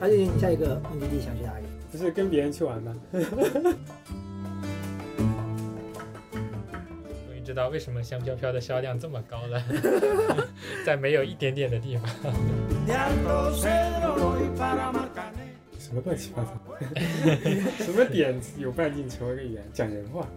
而且你下一个目的地想去哪里？不是跟别人去玩吗？终于知道为什么香飘飘的销量这么高了，在没有一点点的地方。什么乱七八糟？ 什么点有半径求一个圆？讲人话。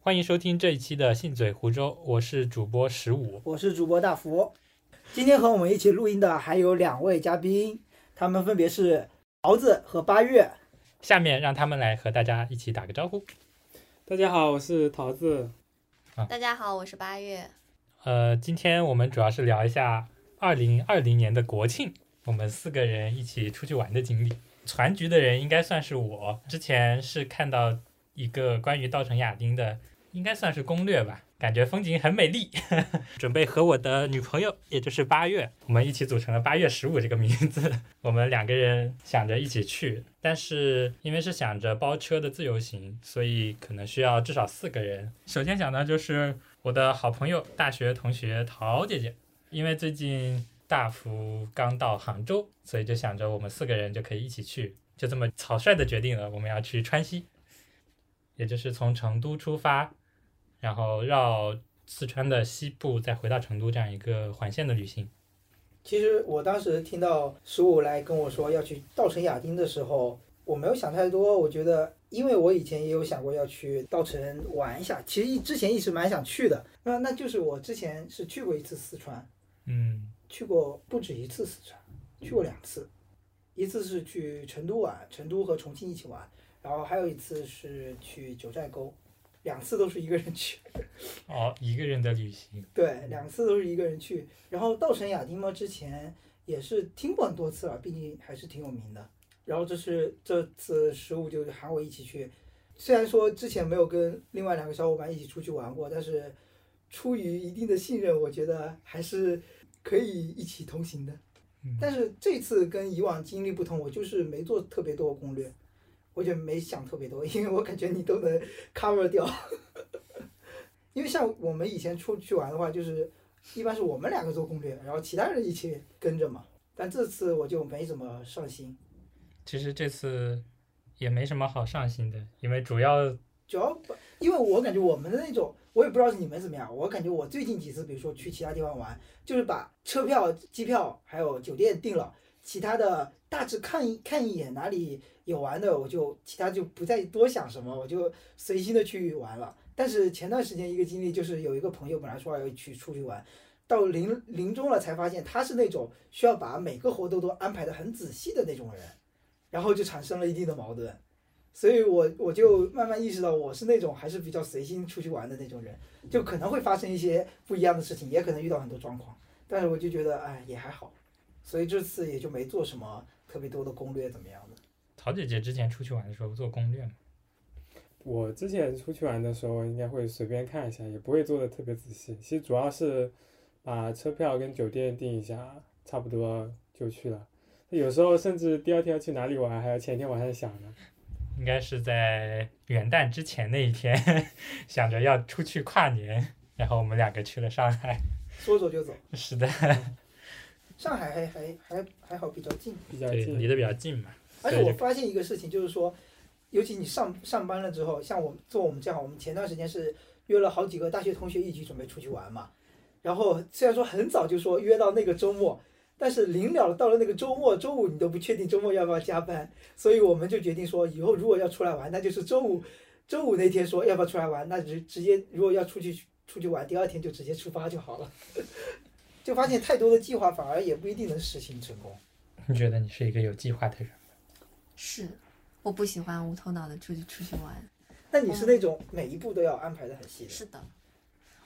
欢迎收听这一期的信嘴湖州，我是主播十五。我是主播大福，今天和我们一起录音的还有两位嘉宾，他们分别是桃子和八月。下面让他们来和大家一起打个招呼。大家好，我是桃子。大家好，我是八月。呃，今天我们主要是聊一下二零二零年的国庆，我们四个人一起出去玩的经历。全局的人应该算是我，之前是看到一个关于稻城亚丁的，应该算是攻略吧，感觉风景很美丽， 准备和我的女朋友，也就是八月，我们一起组成了八月十五这个名字，我们两个人想着一起去，但是因为是想着包车的自由行，所以可能需要至少四个人。首先想到就是我的好朋友、大学同学陶姐姐，因为最近大福刚到杭州，所以就想着我们四个人就可以一起去，就这么草率的决定了我们要去川西，也就是从成都出发，然后绕四川的西部再回到成都这样一个环线的旅行。其实我当时听到十五来跟我说要去稻城亚丁的时候，我没有想太多。我觉得，因为我以前也有想过要去稻城玩一下，其实一之前一直蛮想去的。那那就是我之前是去过一次四川，嗯去过不止一次四川，去过两次，一次是去成都玩，成都和重庆一起玩，然后还有一次是去九寨沟，两次都是一个人去。哦，一个人的旅行，对，两次都是一个人去。然后稻城亚丁嘛，之前也是听过很多次了，毕竟还是挺有名的。然后这是这次十五就喊我一起去，虽然说之前没有跟另外两个小伙伴一起出去玩过，但是出于一定的信任，我觉得还是可以一起同行的嗯。但是这次跟以往经历不同，我就是没做特别多的攻略，我就没想特别多，因为我感觉你都能 cover 掉。 因为像我们以前出去玩的话，就是一般是我们两个做攻略，然后其他人一起跟着嘛。但这次我就没怎么上心，其实这次也没什么好上心的，因为主要主要不因为我感觉我们的那种，我也不知道是你们怎么样，我感觉我最近几次，比如说去其他地方玩，就是把车票、机票还有酒店订了，其他的大致看一看一眼哪里有玩的，我就其他就不再多想什么，我就随心的去玩了。但是前段时间一个经历就是有一个朋友本来说要去出去玩，到临临终了才发现他是那种需要把每个活动都安排的很仔细的那种人，然后就产生了一定的矛盾。所以我我就慢慢意识到，我是那种还是比较随心出去玩的那种人，就可能会发生一些不一样的事情，也可能遇到很多状况，但是我就觉得哎也还好，所以这次也就没做什么特别多的攻略怎么样的。陶姐姐之前出去玩的时候做攻略嘛，我之前出去玩的时候，应该会随便看一下，也不会做的特别仔细。其实主要是把车票跟酒店订一下，差不多就去了。有时候甚至第二天要去哪里玩，还要前一天晚上想呢。应该是在元旦之前那一天，想着要出去跨年，然后我们两个去了上海。说走就走，是的，上海还还还还好比较近，比较对，近离得比较近嘛。而且对我就发现一个事情，就是说，尤其你上上班了之后，像我们做我们这样，我们前段时间是约了好几个大学同学一起准备出去玩嘛。然后虽然说很早就说约到那个周末，但是临了到了那个周末，周五你都不确定周末要不要加班，所以我们就决定说，以后如果要出来玩，那就是周五，周五那天说要不要出来玩，那直直接如果要出去出去玩，第二天就直接出发就好了。 就发现太多的计划反而也不一定能实行成功。你觉得你是一个有计划的人？是，我不喜欢无头脑的出去出去玩。那你是那种每一步都要安排的很细的人吗。是的，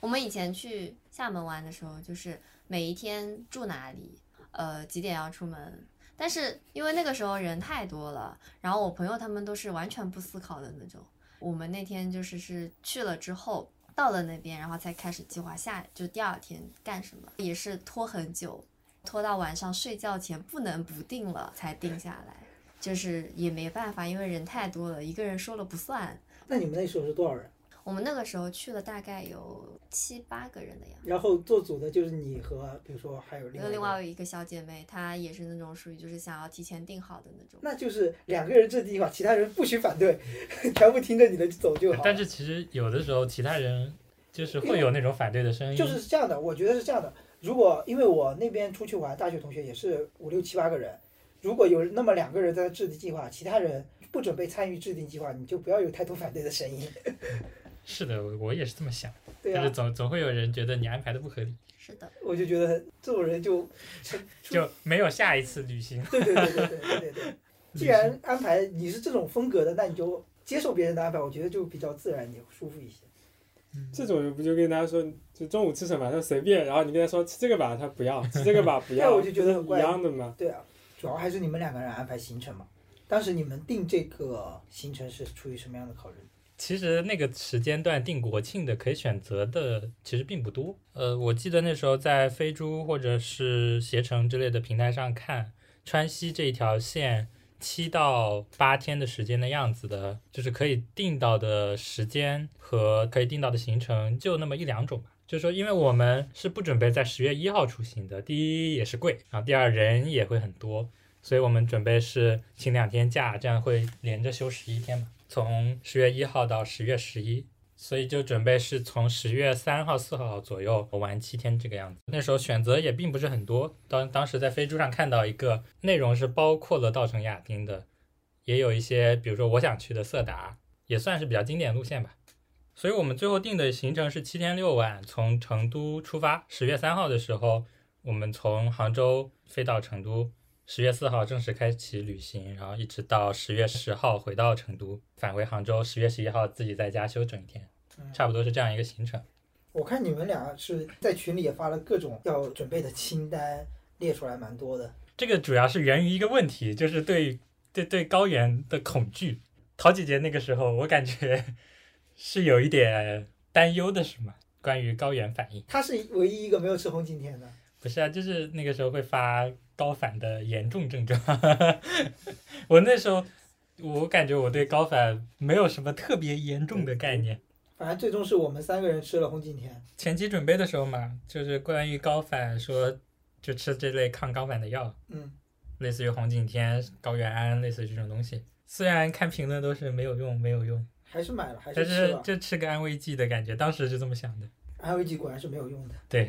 我们以前去厦门玩的时候，就是每一天住哪里，呃，几点要出门。但是因为那个时候人太多了，然后我朋友他们都是完全不思考的那种。我们那天就是是去了之后，到了那边，然后才开始计划下就第二天干什么，也是拖很久，拖到晚上睡觉前不能不定了才定下来。就是也没办法，因为人太多了，一个人说了不算。那你们那时候是多少人？我们那个时候去了大概有七八个人的样子。然后做组的就是你和，比如说还有另有外一另个外有一个小姐妹，她也是那种属于就是想要提前订好的那种。那就是两个人制定计划，其他人不许反对， 全部听着你的走就好。但是其实有的时候其他人就是会有那种反对的声音，就是这样的，我觉得是这样的。如果因为我那边出去玩，大学同学也是五六七八个人，如果有那么两个人在制定计划，其他人不准备参与制定计划，你就不要有太多反对的声音。是的，我我也是这么想，对但是啊，总总会有人觉得你安排的不合理，是的，我就觉得这种人就就没有下一次旅行。对对对对对对对对。既然安排你是这种风格的，那你就接受别人的安排，我觉得就比较自然，也舒服一些。这种人不就跟大家说，就中午吃什么，他说随便，然后你跟他说吃这个吧，他不要，吃这个吧不要， 对我就觉得很不怪是一样的嘛。对啊，主要还是你们两个人安排行程嘛。当时你们定这个行程是出于什么样的考虑？其实那个时间段定国庆的可以选择的其实并不多。呃，我记得那时候在飞猪或者是携程之类的平台上看，川西这一条线七到八天的时间的样子的，就是可以定到的时间和可以定到的行程就那么一两种吧。就是说，因为我们是不准备在十月一号出行的，第一也是贵，然后第二人也会很多，所以我们准备是请两天假，这样会连着休十一天嘛，从十月一号到十月十一，所以就准备是从十月三号、四号左右玩七天这个样子。那时候选择也并不是很多，当当时在飞猪上看到一个内容是包括了稻城亚丁的，也有一些比如说我想去的色达，也算是比较经典路线吧。所以我们最后定的行程是七天六晚，从成都出发，十月三号的时候，我们从杭州飞到成都，十月四号正式开启旅行，然后一直到十月十号回到成都，返回杭州。十月十一号自己在家休整一天，嗯差不多是这样一个行程。我看你们俩是在群里也发了各种要准备的清单，列出来蛮多的。这个主要是源于一个问题，就是对对对高原的恐惧。陶姐姐那个时候，我感觉 是有一点担忧的，是吗？关于高原反应，他是唯一一个没有吃红景天的，不是啊，就是那个时候会发高反的严重症状。 我那时候，我感觉我对高反没有什么特别严重的概念。反正最终是我们三个人吃了红景天。前期准备的时候嘛，就是关于高反说，就吃这类抗高反的药，嗯，类似于红景天、高原安，类似于这种东西。虽然看评论都是没有用，没有用，还是买了，还但是吃是了。就吃个安慰剂的感觉，当时就这么想的。安慰剂果然是没有用的。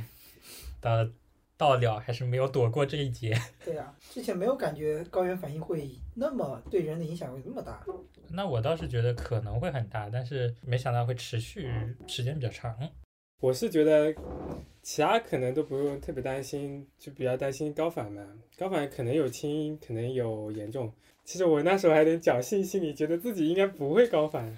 到到了还是没有躲过这一劫。 对啊，之前没有感觉高原反应会那么对人的影响会那么大。那我倒是觉得可能会很大，但是没想到会持续时间比较长。嗯我是觉得其他可能都不用特别担心，就比较担心高反嘛。高反可能有轻，可能有严重。其实我那时候还有点侥幸心理，觉得自己应该不会高反。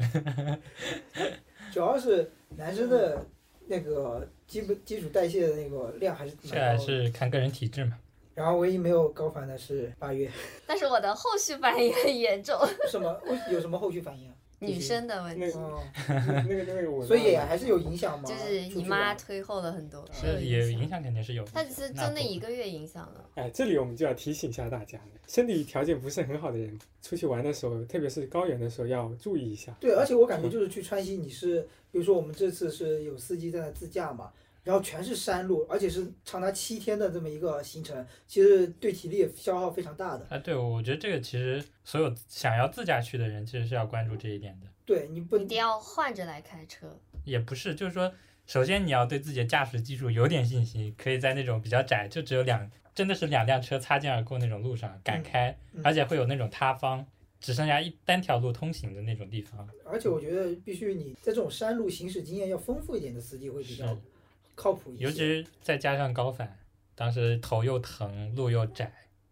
主要是男生的那个基本基础代谢的那个量还是这蛮还高的。是看个人体质嘛。然后唯一没有高反的是八月， 但是我的后续反应很严重，什么有什么后续反应啊？女生的问那题，哦，那个那个 嗯我，所以也还是有影响嘛。就是出你去妈玩推后了很多，嗯这有也影影响。响肯定是有的。她只是那就那不一个月影响了，哎，这里我们就要提醒一下大家了，身体条件不是很好的人，出去玩的时候，特别是高原的时候，要注意一下。对，而且我感觉就是去川西，你是比如说我们这次是有司机在那自驾嘛，然后全是山路，而且是长达七天的这么一个行程，其实对体力消耗非常大的。啊，对，我觉得这个其实所有想要自驾去的人，其实是要关注这一点的。对你不一定要换着来开车。也不是，就是说，首先你要对自己的驾驶技术有点信心，可以在那种比较窄，就只有两，真的是两辆车擦肩而过那种路上敢开，嗯而且会有那种塌方，只剩下一单条路通行的那种地方。而且我觉得必须你在这种山路行驶经验要丰富一点的司机会比较是啊靠谱一些。尤其是再加上高反，当时头又疼，路又窄，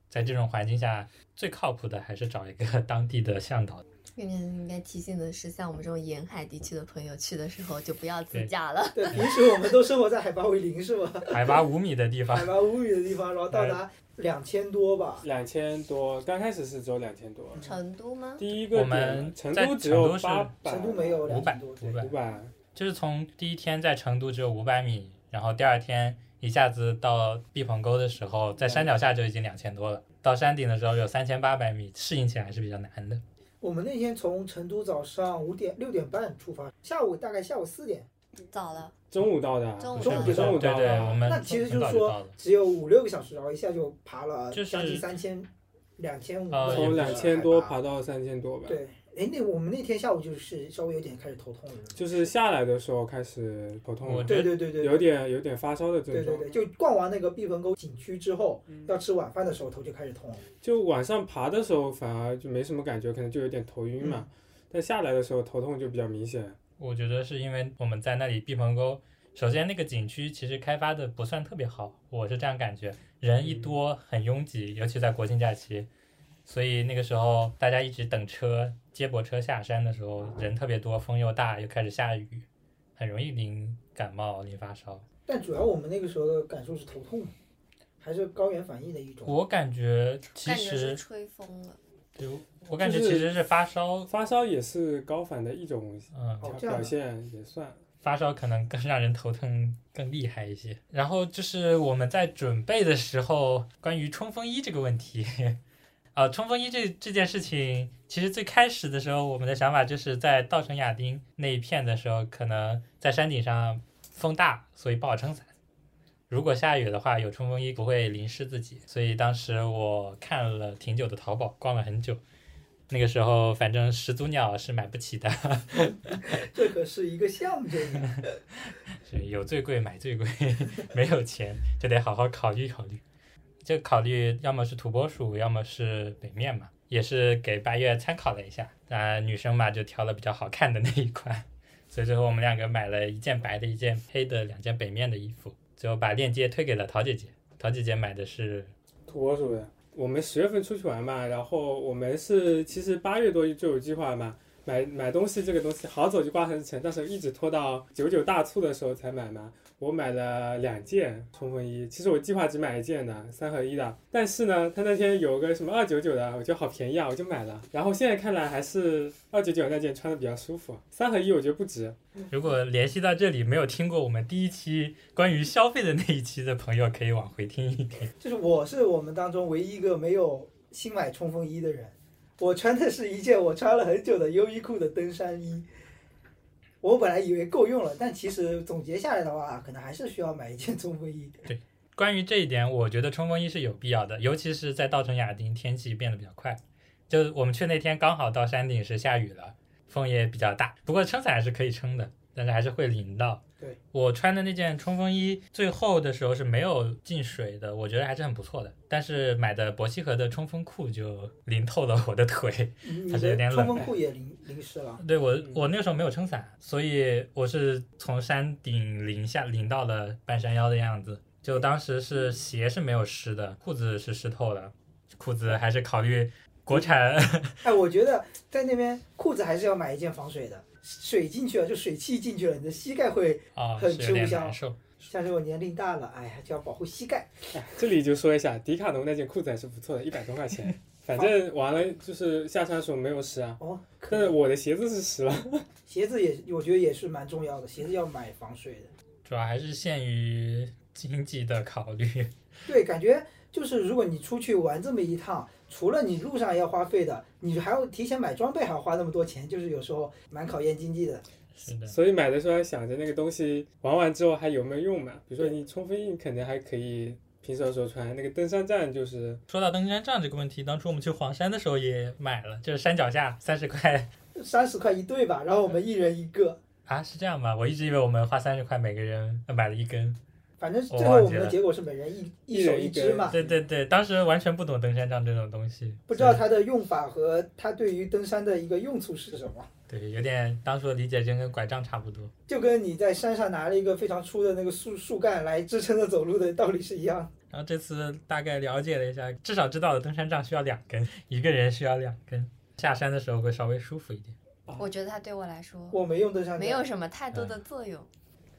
在这种环境下，最靠谱的还是找一个 当地的向导。这边应该提醒的是，像我们这种沿海地区的朋友，去的时候就不要自对驾了。对，平时我们都生活在海拔为零是 吧？海拔五米的地方海，拔五米的地方，然后到达两千多吧。两千多，刚开始是只有两千多，成都吗？第一个我们点成在都只成有都是八百，成都没有五两百千多，五百五百，就是从第一天在成都只有五百米，然后第二天一下子到毕棚沟的时候，在山脚下就已经两千多了。到山顶的时候有三千八百米，适应起来还是比较难的。我们那天从成都早上五点六点半出发，下午大概下午四点，早了，中午到的啊，中午中午到的中午对到对，的啊我们那其实很就早是就说到了。只有五六个小时，然后一下就爬了就是将近三千、两千五，呃从也两千多爬到三千多吧。对，哎，那我们那天下午就是稍微有点开始头痛了，就是下来的时候开始头痛我了，觉对对对对，有点有点发烧的对对症状。对，就逛完那个毕棚沟景区之后，要吃晚饭的时候头就开始痛了。就晚上爬的时候反而就没什么感觉，可能就有点头晕嘛。嗯但下来的时候头痛就比较明显。我觉得是因为我们在那里毕棚沟，首先那个景区其实开发的不算特别好，我是这样感觉，人嗯一多很拥挤，尤其在国庆假期，所以那个时候大家一直等车接驳车下山的时候人特别多，风又大，又开始下雨，很容易淋感冒、淋发烧。但主要我们那个时候的感受是头痛，还是高原反应的一种。我感觉其感觉是实，吹风了。对我感觉就是其实是发烧，发烧也是高反的一种嗯，哦这样表的现，也算。发烧可能更让人头疼更厉害一些。然后就是我们在准备的时候，关于冲锋衣这个问题， 啊、冲锋衣这这件事情，其实最开始的时候，我们的想法就是在稻城亚丁那一片的时候，可能在山顶上风大，所以不好撑伞。如果下雨的话，有冲锋衣不会淋湿自己。所以当时我看了挺久的淘宝，逛了很久。那个时候，反正始祖鸟是买不起的，这可是一个象征啊，是有最贵买最贵， 没有钱就得好好考虑考虑。就考虑要么是土拨鼠，要么是北面嘛，也是给八月参考了一下。当然女生嘛就挑了比较好看的那一款，所以最后我们两个买了一件白的，一件黑的，两件北面的衣服。最后把链接推给了陶姐姐，陶姐姐买的是土拨鼠的。我们十月份出去玩嘛，然后我们是其实八月多就有计划嘛，买买东西这个东西好走就瓜很沉，但是一直拖到九九大促的时候才买嘛。我买了两件冲锋衣，其实我计划只买一件的，三合一的。但是呢，他那天有个什么二九九的，我觉得好便宜啊，我就买了。然后现在看来还是二九九那件穿的比较舒服，三合一我觉得不值。如果联系到这里没有听过我们第一期关于消费的那一期的朋友，可以往回听一听。就是我是我们当中唯一一个没有新买冲锋衣的人。我穿的是一件我穿了很久的优衣库的登山衣，我本来以为够用了，但其实总结下来的话，可能还是需要买一件冲锋衣。关于这一点，我觉得冲锋衣是有必要的，尤其是在稻城亚丁，天气变得比较快。就我们去那天刚好到山顶时下雨了，风也比较大，不过撑伞还是可以撑的，但是还是会淋到。对我穿的那件冲锋衣，最后的时候是没有进水的，我觉得还是很不错的。但是买的伯希和的冲锋裤就淋透了我的腿，你还是有的点冷冲锋裤也淋淋湿了，对我嗯，我那个时候没有撑伞，所以我是从山顶淋下淋到了半山腰的样子。就当时嗯是鞋是没有湿的，裤子是湿透的，裤嗯子还是考虑国产。哎，我觉得在那边裤子还是要买一件防水的，水进去了就水汽进去了，你的膝盖会 啊，很是吃有不点消难受。像这种年龄大了，哎呀就要保护膝盖。哎，这里就说一下，迪卡侬那件裤子还是不错的，一百多块钱。反正完了就是下山的时候没有湿啊，哦，但嗯是我的鞋子是湿了。鞋子也我觉得也是蛮重要的，鞋子要买防水的。主要还是限于经济的考虑。 对，感觉就是如果你出去玩这么一趟，除了你路上要花费的，你还要提前买装备，还要花那么多钱，就是有时候蛮考验经济的。是的，所以买的时候还想着那个东西玩完之后还有没有用嘛？比如说你冲锋衣肯定还可以，平时的时候穿。那个登山杖就是说到登山杖这个问题，当初我们去黄山的时候也买了，就是山脚下三十块三十块一对吧，然后我嗯们一人一个，啊，是这样吗？我一直以为我们花三十块每个人呃买了一根。反正最我后忘我记们的了结果是每人一一手人一一只根嘛。对对对，当时完全不懂登山杖这种东西，啊不知道它的用法和它对于登山的一个用处是什么，对，有点当初的理解真跟拐杖差不多。就跟你在山上拿了一个非常粗的那个树树干来支撑着走路的道理是一样的。然后这次大概了解了一下，至少知道了登山杖需要两根，一个人需要两根，下山的时候会稍微舒服一点。我觉得它对我来说我没用登山杖，没有什么太多嗯的作用。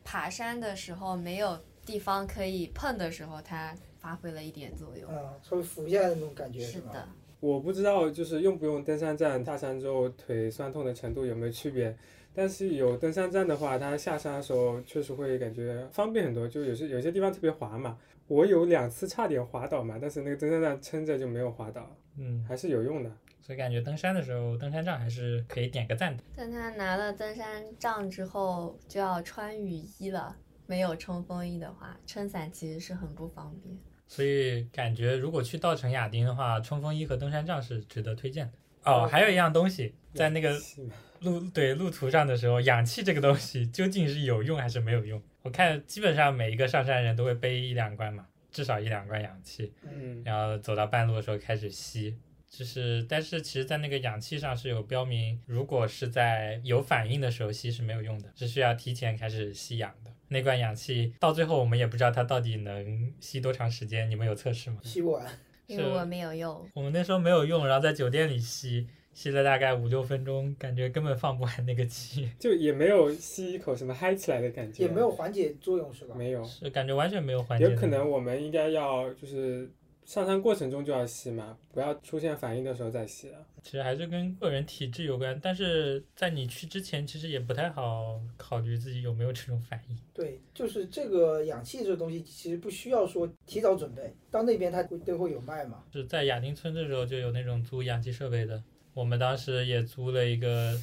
爬山的时候没有地方可以碰的时候，它发挥了一点作用。嗯，稍微扶一下的那种感觉是吗？的，我不知道就是用不用登山杖，下山之后腿酸痛的程度有没有区别。但是有登山杖的话，它下山的时候确实会感觉方便很多，就有些有些地方特别滑嘛。我有两次差点滑倒嘛，但是那个登山杖撑着就没有滑倒，嗯，还是有用的。所以感觉登山的时候，登山杖还是可以点个赞的。但他拿了登山杖之后就要穿雨衣了，没有冲锋衣的话，撑伞其实是很不方便。所以感觉如果去稻城亚丁的话，冲锋衣和登山杖是值得推荐的。哦，还有一样东西，在那个是吧路对路途上的时候，氧气这个东西究竟是有用还是没有用？我看基本上每一个上山人都会背一两罐嘛，至少一两罐氧气，嗯，然后走到半路的时候开始吸。就是，但是其实，在那个氧气上是有标明，如果是在有反应的时候吸是没有用的，是需要提前开始吸氧的。那罐氧气到最后我们也不知道它到底能吸多长时间，你们有测试吗？吸不完，因为是我没有用，我们那时候没有用，然后在酒店里吸，吸了大概五六分钟，感觉根本放不完那个气。就也没有吸一口什么嗨起来的感觉，也没有缓解作用是吧？没有，是感觉完全没有缓解的。有可能我们应该要就是上山过程中就要吸嘛，不要出现反应的时候再吸了。其实还是跟个人体质有关，但是在你去之前，其实也不太好考虑自己有没有这种反应。对，就是这个氧气这东西其实不需要说提早准备，到那边它会都会有卖嘛。是在亚丁村的时候就有那种租氧气设备的，我们当时也租了一个，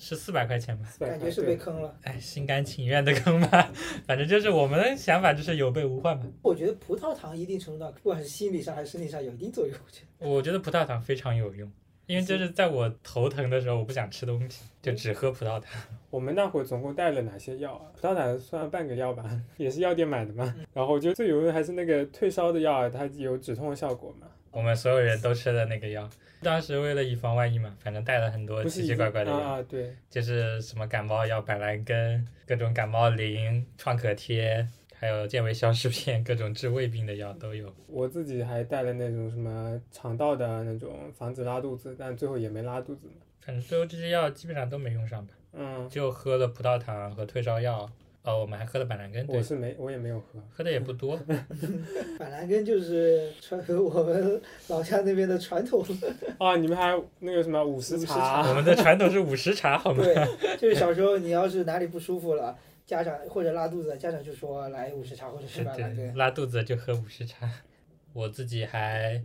是四百块钱吧？ 400感觉是对被坑了。哎，心甘情愿的坑吧，反正就是我们的想法就是有备无患嘛。我觉得葡萄糖一定程度上，不管是心理上还是身体上有一定作用。 我觉得我觉得葡萄糖非常有用，因为就是在我头疼的时候，我不想吃东西，就只喝葡萄糖。我们那会儿总共带了哪些药啊？葡萄糖算半个药吧，也是药店买的嘛。嗯然后我觉得最有用的还是那个退烧的药啊，它有止痛的效果嘛。我们所有人都吃的那个药，当时为了以防万一嘛，反正带了很多不是奇奇怪怪的啊药。啊，对，就是什么感冒药、板蓝根、各种感冒灵、创可贴，还有健胃消食片，各种治胃病的药都有。我自己还带了那种什么肠道的啊那种防止拉肚子，但最后也没拉肚子嘛。反正最后这些药基本上都没用上吧，嗯，就喝了葡萄糖和退烧药，哦，我们还喝了板蓝根，对我，是没，我也没有喝。喝的也不多。板蓝根就是传 我们老家那边的传统，啊，你们还那个什么午时午时茶，啊我们的传统是午时茶，好吗？对，就是小时候你要是哪里不舒服了，家长或者拉肚子，家长就说来午时茶或者是板蓝对，根。拉肚子就喝午时茶。我自己还，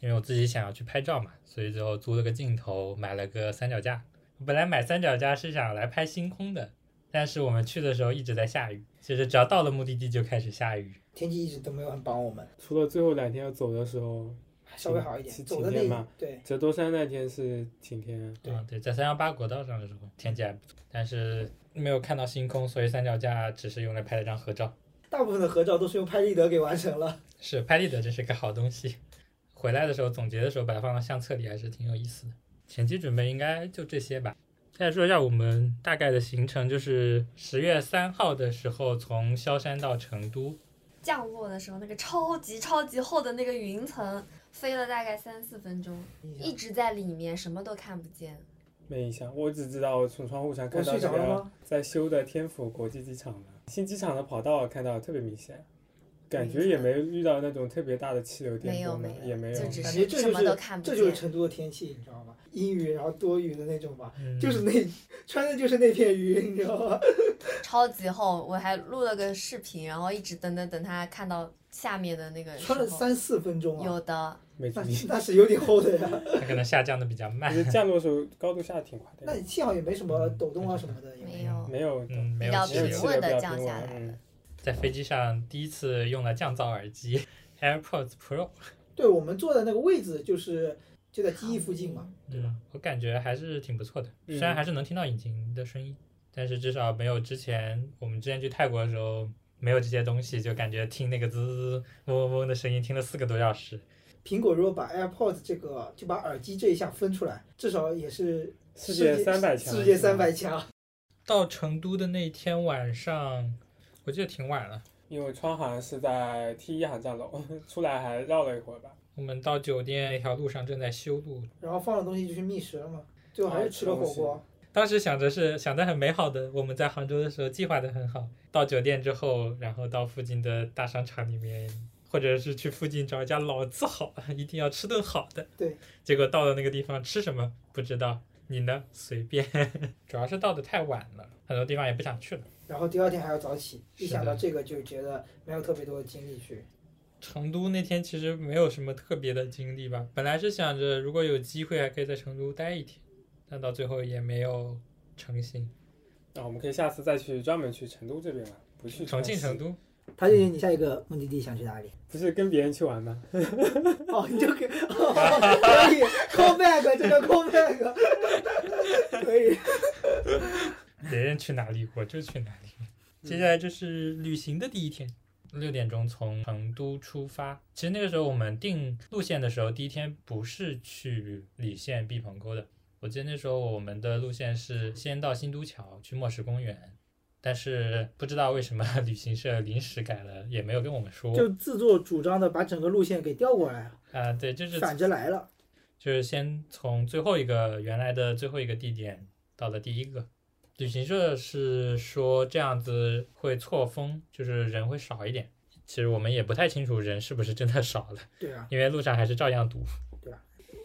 因为我自己想要去拍照嘛，所以最后租了个镜头，买了个三脚架。本来买三脚架是想来拍星空的，但是我们去的时候一直在下雨，就是只要到了目的地就开始下雨。天气一直都没有很帮我们，除了最后两天要走的时候，稍微好一点晴。走的晴那天一嘛对，折多山那天是晴天，对啊对，在三幺八国道上的时候天气还不错，但是没有看到星空，所以三脚架只是用来拍了张合照。大部分的合照都是用拍立得给完成了。是拍立得真是个好东西，回来的时候总结的时候把它放到相册里还是挺有意思的。前期准备应该就这些吧。再说一下我们大概的行程，就是十月三号的时候从萧山到成都，降落的时候那个超级超级厚的那个云层，飞了大概三四分钟，一直在里面，什么都看不见。没印象。我只知道我从窗户上我看到睡那着了个吗？在修的天府国际机场了，新机场的跑道看到特别明显，感觉也没遇到那种特别大的气流没颠有簸嘛没，有也没有就。只感觉是这什就么都是看不这就是见。成都的天气，你知道吗？阴雨然后多云的那种吧，嗯就是那穿的就是那片云，你知道吗？超级厚，我还录了个视频，然后一直等等等他看到下面的那个时穿了候，三四分钟啊，有嗯的没注那 意。那是有点厚的呀。它可能下降的比较慢但，是降落的时候高度下得挺快那的，你幸好也没什么抖动啊什么的，也没有，没有嗯，没比有较气没有平流气流稳比较的平降稳下来嗯的。在飞机上第一次用了降噪耳机 AirPods Pro，对我们坐的那个位置就是就在机翼附近嘛，对吧？我感觉还是挺不错的，嗯嗯虽然还是能听到引擎的声音，但是至少没有之前我们之前去泰国的时候没有这些东西，就感觉听那个滋滋嗡嗡嗡的声音，听了四个多小时。苹果如果把 AirPods 这个就把耳机这一项分出来，至少也是世界三百强，世界三百，强。到成都的那天晚上，我记得挺晚了，因为川航是在 T 一航站楼， 出来还绕了一会儿吧。我们到酒店那条路上正在修路，然后放了东西就去觅食了嘛，最后还是吃了火锅。当时想着是想的很美好的，我们在杭州的时候计划的很好，到酒店之后，然后到附近的大商场里面，或者是去附近找一家老字号，一定要吃顿好的。对，结果到了那个地方吃什么不知道，你呢随便， 主要是到的太晚了，很多地方也不想去了。然后第二天还要早起，一是的想到这个就觉得没有特别多的精力去。成都那天其实没有什么特别的经历吧，本来是想着如果有机会还可以在成都待一天，但到最后也没有成行。那、我们可以下次再去专门去成都这边玩，啊不去重庆、成都，都，陶姐姐，你下一个目的地想去哪里？不是跟别人去玩吗？哦，你就可以， 哦、可以 call back 这个 call back，可以。别人去哪里我就去哪里。接下来就是旅行的第一天，六点钟从成都出发。其实那个时候我们定路线的时候，第一天不是去理县毕棚沟的，我记得那时候我们的路线是先到新都桥去墨石公园，但是不知道为什么旅行社临时改了，也没有跟我们说。就自作主张的把整个路线给调过来，啊、对，就是反着来了。就是先从最后一个原来的最后一个地点到了第一个。旅行社是说这样子会错峰，就是人会少一点。其实我们也不太清楚人是不是真的少了，对啊，因为路上还是照样堵。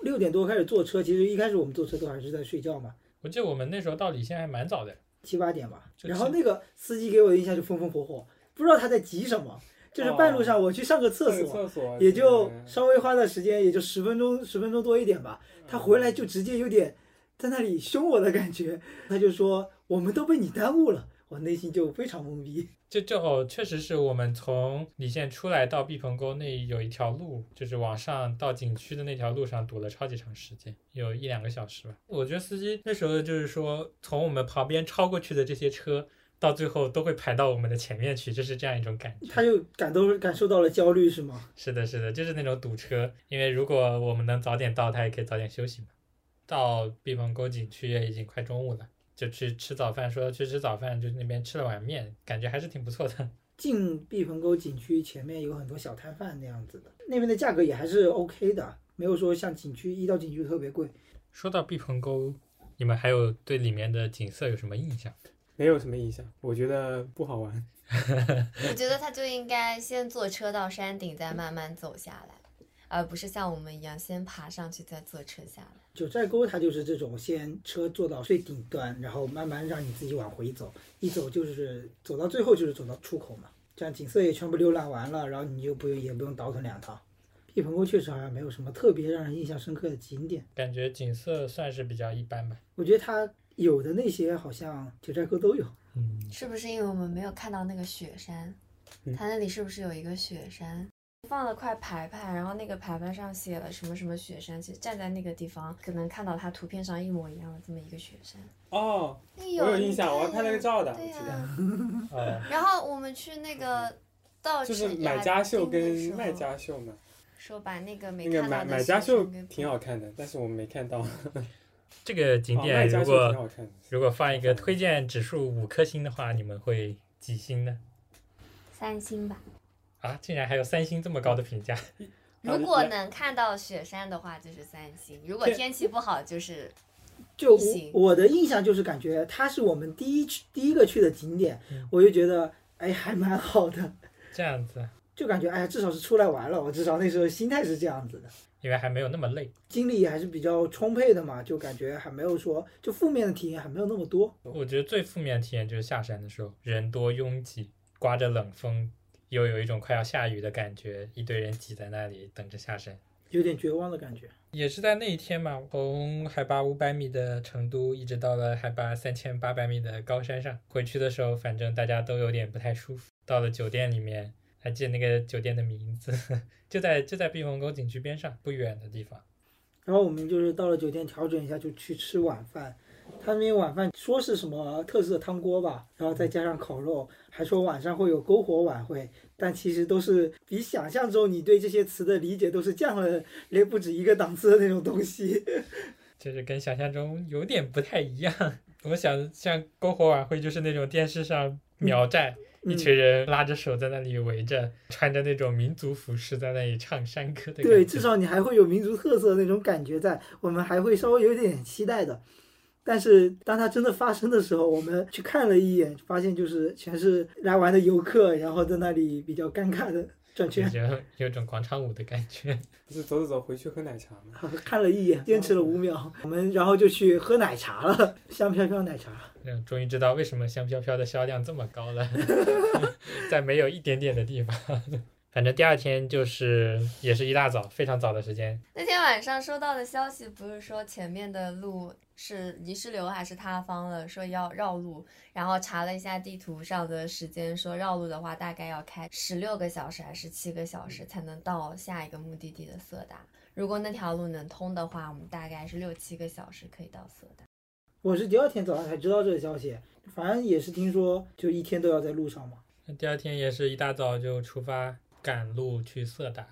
六点多开始坐车，其实一开始我们坐车都还是在睡觉嘛，我记得我们那时候到理县还蛮早的，七八点吧。这然后那个司机给我的印象就风风火火，不知道他在急什么。就是半路上我去上个厕去所，哦厕所也就嗯稍微花的时间也就十分钟，十分钟多一点吧。他回来就直接有点在那里凶我的感觉，他就说我们都被你耽误了，我内心就非常懵逼。就就哦，确实是我们从理县出来到毕棚沟那有一条路，就是往上到景区的那条路上堵了超级长时间，有一两个小时吧。我觉得司机那时候就是说，从我们旁边超过去的这些车，到最后都会排到我们的前面去，就是这样一种感觉。他就感都感受到了焦虑是吗？是的，是的，就是那种堵车，因为如果我们能早点到，他也可以早点休息嘛。到毕棚沟景区也已经快中午了，就去吃早饭，说去吃早饭，就那边吃了碗面，感觉还是挺不错的。进毕棚沟景区前面有很多小摊贩那样子的，那边的价格也还是 OK 的，没有说像景区一到景区特别贵。说到毕棚沟，你们还有对里面的景色有什么印象？没有什么印象，我觉得不好玩。 我觉得他就应该先坐车到山顶，再慢慢走下来，而不是像我们一样先爬上去再坐车下来。九寨沟它就是这种，先车坐到最顶端，然后慢慢让你自己往回走，一走就是走到最后就是走到出口嘛，这样景色也全部浏览完了，然后你就不用也不用倒腾两趟。毕棚沟确实好像没有什么特别让人印象深刻的景点，感觉景色算是比较一般吧。我觉得它有的那些好像九寨沟都有。嗯，是不是因为我们没有看到那个雪山嗯？它那里是不是有一个雪山？放了块牌牌，然后那个牌牌上写了什么什么雪山，其实站在那个地方，可能看到它图片上一模一样的这么一个雪山。哦，哎我呦有印象，你我还拍了个照的，我对啊记呀、得。呃，然后我们去那个到就是雅买家秀丁的跟时候卖家秀嘛，说把那个没那个看到买的买学家秀生跟挺好看的，但是我没看到。这个景哦卖点家如秀果、挺好看的，如果放一个推荐指数五颗星的话，你们会几星呢？三星吧。啊，竟然还有三星这么高的评价，然后如果来能看到雪山的话，就是三星；如果对天气不好，就是就我行我的印象就是感觉它是我们第一去第一个去的景点嗯，我就觉得哎还蛮好的，这样子，就感觉哎呀至少是出来玩了，我至少那时候心态是这样子的，因为还没有那么累。精力还是比较充沛的嘛，就感觉还没有说就负面的体验还没有那么多。我觉得最负面的体验就是下山的时候人多拥挤，刮着冷风，又有一种快要下雨的感觉，一堆人挤在那里等着下山。有点绝望的感觉，也是在那一天嘛，从海拔五百米的成都，一直到了海拔三千八百米的高山上。回去的时候，反正大家都有点不太舒服。到了酒店里面，还记得那个酒店的名字， 就在就在毕棚沟景区边上不远的地方。然后我们就是到了酒店调整一下，就去吃晚饭。他那边晚饭说是什么特色汤锅吧，然后再加上烤肉，还说晚上会有篝火晚会，但其实都是比想象中你对这些词的理解都是降了连不止一个档次的那种东西。就是跟想象中有点不太一样。 我想像篝火晚会，就是那种电视上秒战，嗯一群人拉着手在那里围着，穿着那种民族服饰在那里唱山歌的感觉。对，至少你还会有民族特色的那种感觉在，我们还会稍微有点期待的。但是当它真的发生的时候，我们去看了一眼，发现就是全是来玩的游客，然后在那里比较尴尬的转圈感。觉有种广场舞的感觉。不是走走走回去喝奶茶吗？看了一眼，坚持了五秒，我们然后就去喝奶茶了，香飘飘奶茶。嗯，终于知道为什么香飘飘的销量这么高了，在没有一点点的地方。反正第二天就是也是一大早非常早的时间，那天晚上收到的消息不是说前面的路是泥石流还是塌方了，说要绕路，然后查了一下地图上的时间，说绕路的话大概要开十六个小时还是七个小时才能到下一个目的地的色达。如果那条路能通的话，我们大概是六七个小时可以到色达。我是第二天早上才知道这个消息，反正也是听说，就一天都要在路上嘛。那第二天也是一大早就出发赶路去色达，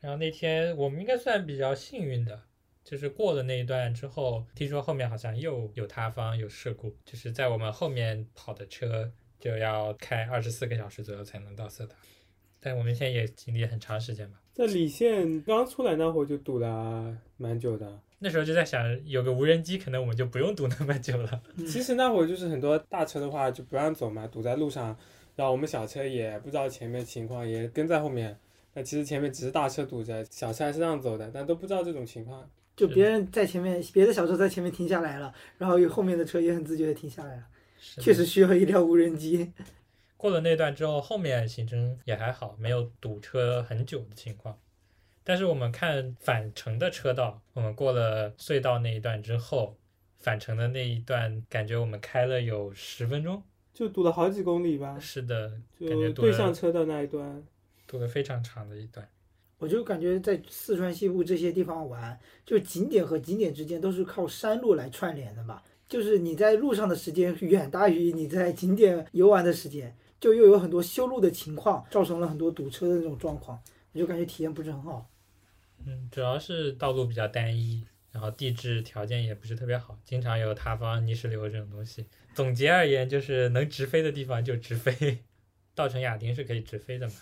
然后那天我们应该算比较幸运的，就是过了那一段之后，听说后面好像又有塌方有事故，就是在我们后面跑的车就要开二十四个小时左右才能到色达，但我们现在也经历很长时间吧。在理县刚出来那会儿就堵了蛮久的，那时候就在想，有个无人机，可能我们就不用 堵那么久了。其实那会儿就是很多大车的话就不让走嘛，堵在路上，然后我们小车也不知道前面情况，也跟在后面。那其实前面只是大车堵着，小车还是让走的，但都不知道这种情况。就别人在前面，别的小车在前面停下来了，然后后面的车也很自觉的停下来了。是的确实需要一辆无人机。过了那段之后，后面行程也还好，没有堵车很久的情况。但是我们看返程的车道，我们过了隧道那一段之后，返程的那一段感觉我们开了有十分钟。就堵了好几公里吧，是的，感觉就堵对了向车道那一段，堵了非常长的一段。我就感觉在四川西部这些地方玩，就景点和景点之间都是靠山路来串联的嘛。就是你在路上的时间 远大于你在景点游玩的时间，就又有很多修路的情况，造成了很多堵车的那种状况，我就感觉体验不是很好。嗯，主要是道路比较单一，然后地质条件也不是特别好，经常有塌方、泥石流这种东西。总结而言，就是能直飞的地方就直飞， 稻城亚丁是可以直飞的嘛。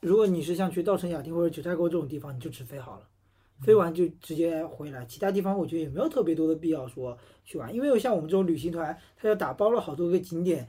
如果你是像去稻城亚丁或者九寨沟这种地方，你就直飞好了，飞完就直接回来。其他地方我觉得也没有特别多的必要说去玩，因为像我们这种旅行团，他要打包了好多个景点，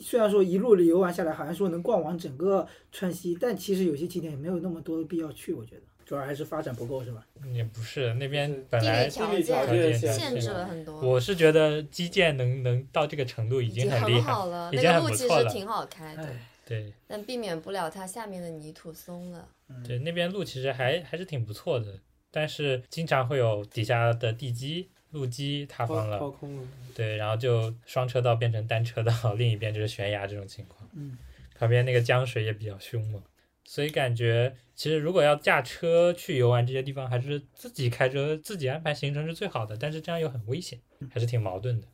虽然说一路游玩下来，好像说能逛完整个川西，但其实有些景点也没有那么多的必要去。我觉得主要还是发展不够，是吧？也不是，那边是本地来理条地理条件件限限制制了了很多，我是觉得基建能能到这个程度已已经很厉害，好了，已那经个很路不其错实了挺好开的，对但避免不了它下面的泥土松了。嗯，对，那边路其实还还是挺不错的，但是经常会有底下的地基、路基塌掏方掏了，空了。对，然后就双车道变成单车道， 另一边就是悬崖这种情况，嗯，旁边那个江水也比较凶猛，所以感觉其实如果要驾车去游玩这些地方，还是自己开车自己安排行程是最好的，但是这样又很危险，嗯还是挺矛盾的。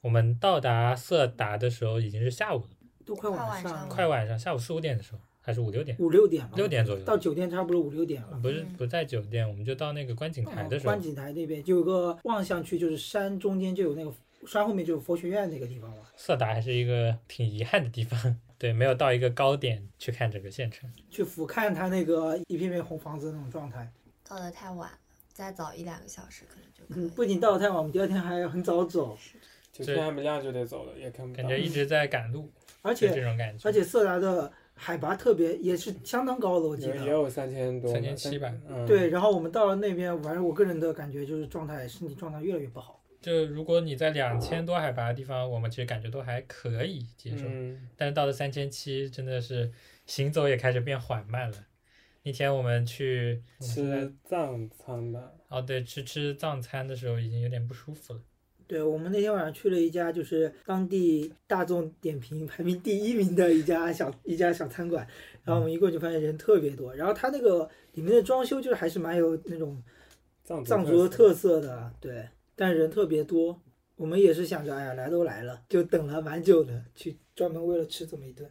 我们到达色达的时候已经是下午了。都快快晚晚上上了，了快晚上，下午四五点的时候，还是五六点，五六点了，六点左右到九点差不多五六点了。不是嗯不在酒店，我们就到那个观景台的时候哦观，景台那边就有个望向区，就是山中间就有那个山后面就有佛学院那个地方嘛。色达还是一个挺遗憾的地方，对，没有到一个高点去看整个县城。去俯瞰它那个一片片红房子那种状态。到的太晚了，再早一两个小时可能就可以。嗯，不仅到了太晚，我们第二天还很早走，就天还没亮就得走了，也看不感到。觉一直在赶路，而就且这种感觉。而且色达的海拔特别也是相当高的，我记有也得。有三千多吧， 3700但嗯，对，然后我们到了那边，反正我个人的感觉就是状态，身体状态越来越不好。就如果你在两千多海拔的地方，我们其实感觉都还可以接受，嗯，但是到了三千七，真的是行走也开始变缓慢了。那天我们去我们是在吃藏餐吧，哦对吃吃藏餐的时候，已经有点不舒服了。对我们那天晚上去了一家就是当地大众点评排名第一名的一家小一家小餐馆，然后我们一过去发现人特别多，然后它那个里面的装修就是还是蛮有那种藏藏族族的特色的，啊对，但人特别多。我们也是想着，哎呀，来都来了，就等了蛮久的，去专门为了吃这么一顿。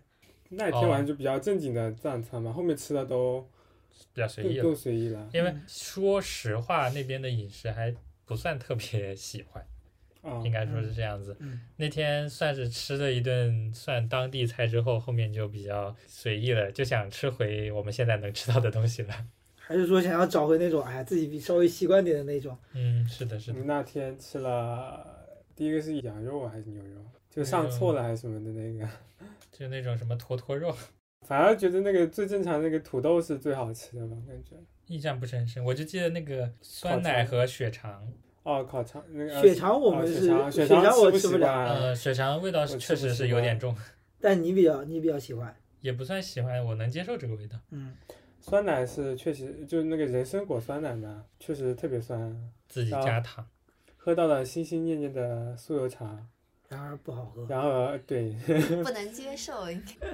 那天哦晚上就比较正经的藏餐嘛，后面吃的都比较随更意了，更随意了。因嗯为说实话，那边的饮食还不算特别喜欢，啊应，该说是这样子。嗯那天算是吃了一顿算当地菜之后，后面就比较随意了，就想吃回我们现在能吃到的东西了。还是说想要找回那种，哎呀，自己比稍微习惯点的那种。嗯，是的，我是的，们那天吃了第一个是羊肉啊还是牛肉，就上错了还是什么的那个， 就那种什么坨坨肉，反而觉得那个最正常那个土豆是最好吃的吧，感觉。印象不是很深。我就记得那个酸奶和血肠，哦，烤肠那个血肠我哦们血是、肠血肠我不吃习不了，惯，呃，血肠味道啊我是吃确不实习是有惯点重，但你比较你比较喜欢。也不算喜欢，我能接受这个味道。嗯，酸奶是确实就是那个人参果酸奶嘛，确实特别酸。自己加糖，喝到了心心念念的酥油茶，然而不好喝。然而对 不能接受。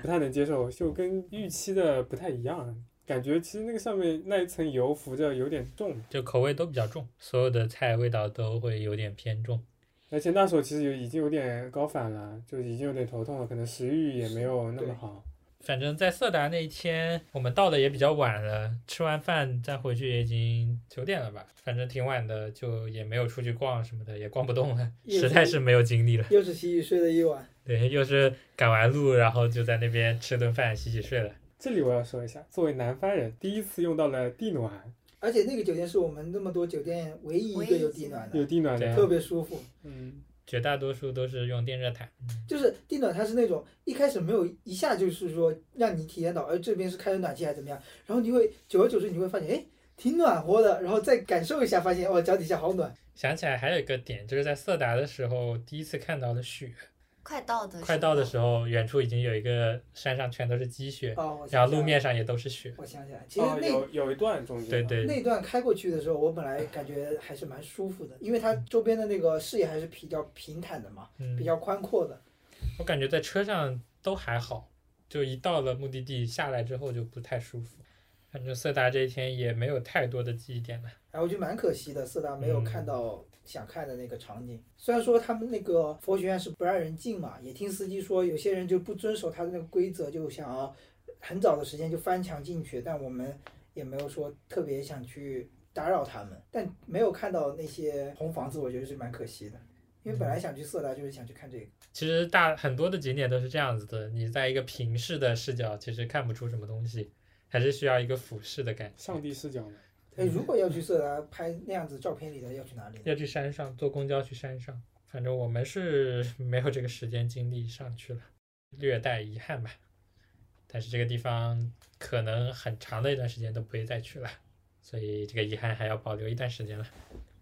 不太能接受，就跟预期的不太一样，感觉其实那个上面那一层油浮着有点重，就口味都比较重，所有的菜味道都会有点偏重。而且那时候其实有已经有点高反了，就已经有点头痛了，可能食欲也没有那么好。反正，在色达那一天，我们到的也比较晚了，吃完饭再回去也已经九点了吧，反正挺晚的，就也没有出去逛什么的，也逛不动了，也实在是没有精力了。又是洗洗睡了一晚，对，又是赶完路，然后就在那边吃顿饭，洗洗睡了。这里我要说一下，作为南方人，第一次用到了地暖，而且那个酒店是我们那么多酒店唯一一个有地暖有的，地暖特的，别舒服。嗯，绝大多数都是用电热毯，就是地暖，它是那种一开始没有一下就是说让你体验到，哎，这边是开着暖气还是怎么样，然后你会久而久之你会发现，哎，挺暖和的，然后再感受一下，发现哦，脚底下好暖。想起来还有一个点，就是在色达的时候第一次看到了雪，快到的，快到的时候，远处已经有一个山上全都是积雪，哦，我想然后起来路了面上也都是雪。我想起来，其实哦，那、有有一段中间，对，对，那段开过去的时候，我本来感觉还是蛮舒服的，因为它周边的那个视野还是比较平坦的嘛，嗯比，较宽阔的。我感觉在车上都还好，就一到了目的地下来之后就不太舒服。反正色达这一天也没有太多的记忆点了，然后我觉得蛮可惜的，色达没有嗯看到想看的那个场景。虽然说他们那个佛学院是不让人进嘛，也听司机说有些人就不遵守他的那个规则，就想要很早的时间就翻墙进去，但我们也没有说特别想去打扰他们，但没有看到那些红房子，我觉得是蛮可惜的。因为本来想去色达，就是想去看这个。其实大很多的景点都是这样子的，你在一个平视的视角，其实看不出什么东西，还是需要一个俯视的感觉。上帝视角嘛，哎，如果要去色达拍那样子照片里的，要去哪里呢？要去山上，坐公交去山上。反正我们是 没有这个时间精力上去了，略带遗憾吧。但是这个地方可能很长的一段时间都不会再去了，所以这个遗憾还要保留一段时间了。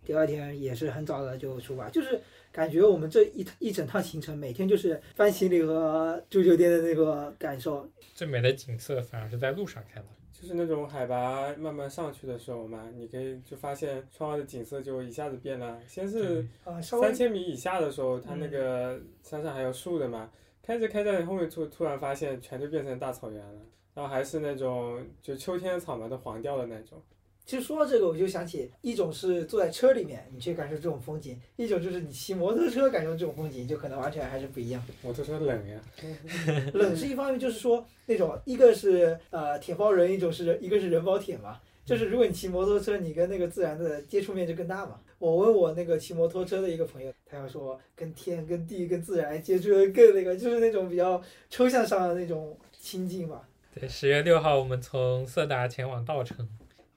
第二天也是很早的就出发，就是感觉我们这一一整趟行程，每天就是翻行李和住酒店的那个感受。最美的景色反而是在路上看到的。就是那种海拔慢慢上去的时候嘛，你可以就发现窗外的景色就一下子变了，先是对啊、稍微三千米以下的时候，它那个山上还有树的嘛，开着开着后面突突然发现全就变成大草原了，然后还是那种就秋天的草嘛，都黄掉的那种。其实说到这个，我就想起一种是坐在车里面，你去感受这种风景；一种就是你骑摩托车感受这种风景，就可能完全还是不一样。摩托车冷呀， 冷是一方面，就是说那种一个是呃铁包人，一种是一个是人包铁嘛。就是如果你骑摩托车，你跟那个自然的接触面就更大嘛。我问我那个骑摩托车的一个朋友，他要说跟天、跟地、跟自然接触的更那个，就是那种比较抽象上的那种亲近嘛。对，十月六号我们从色达前往稻城，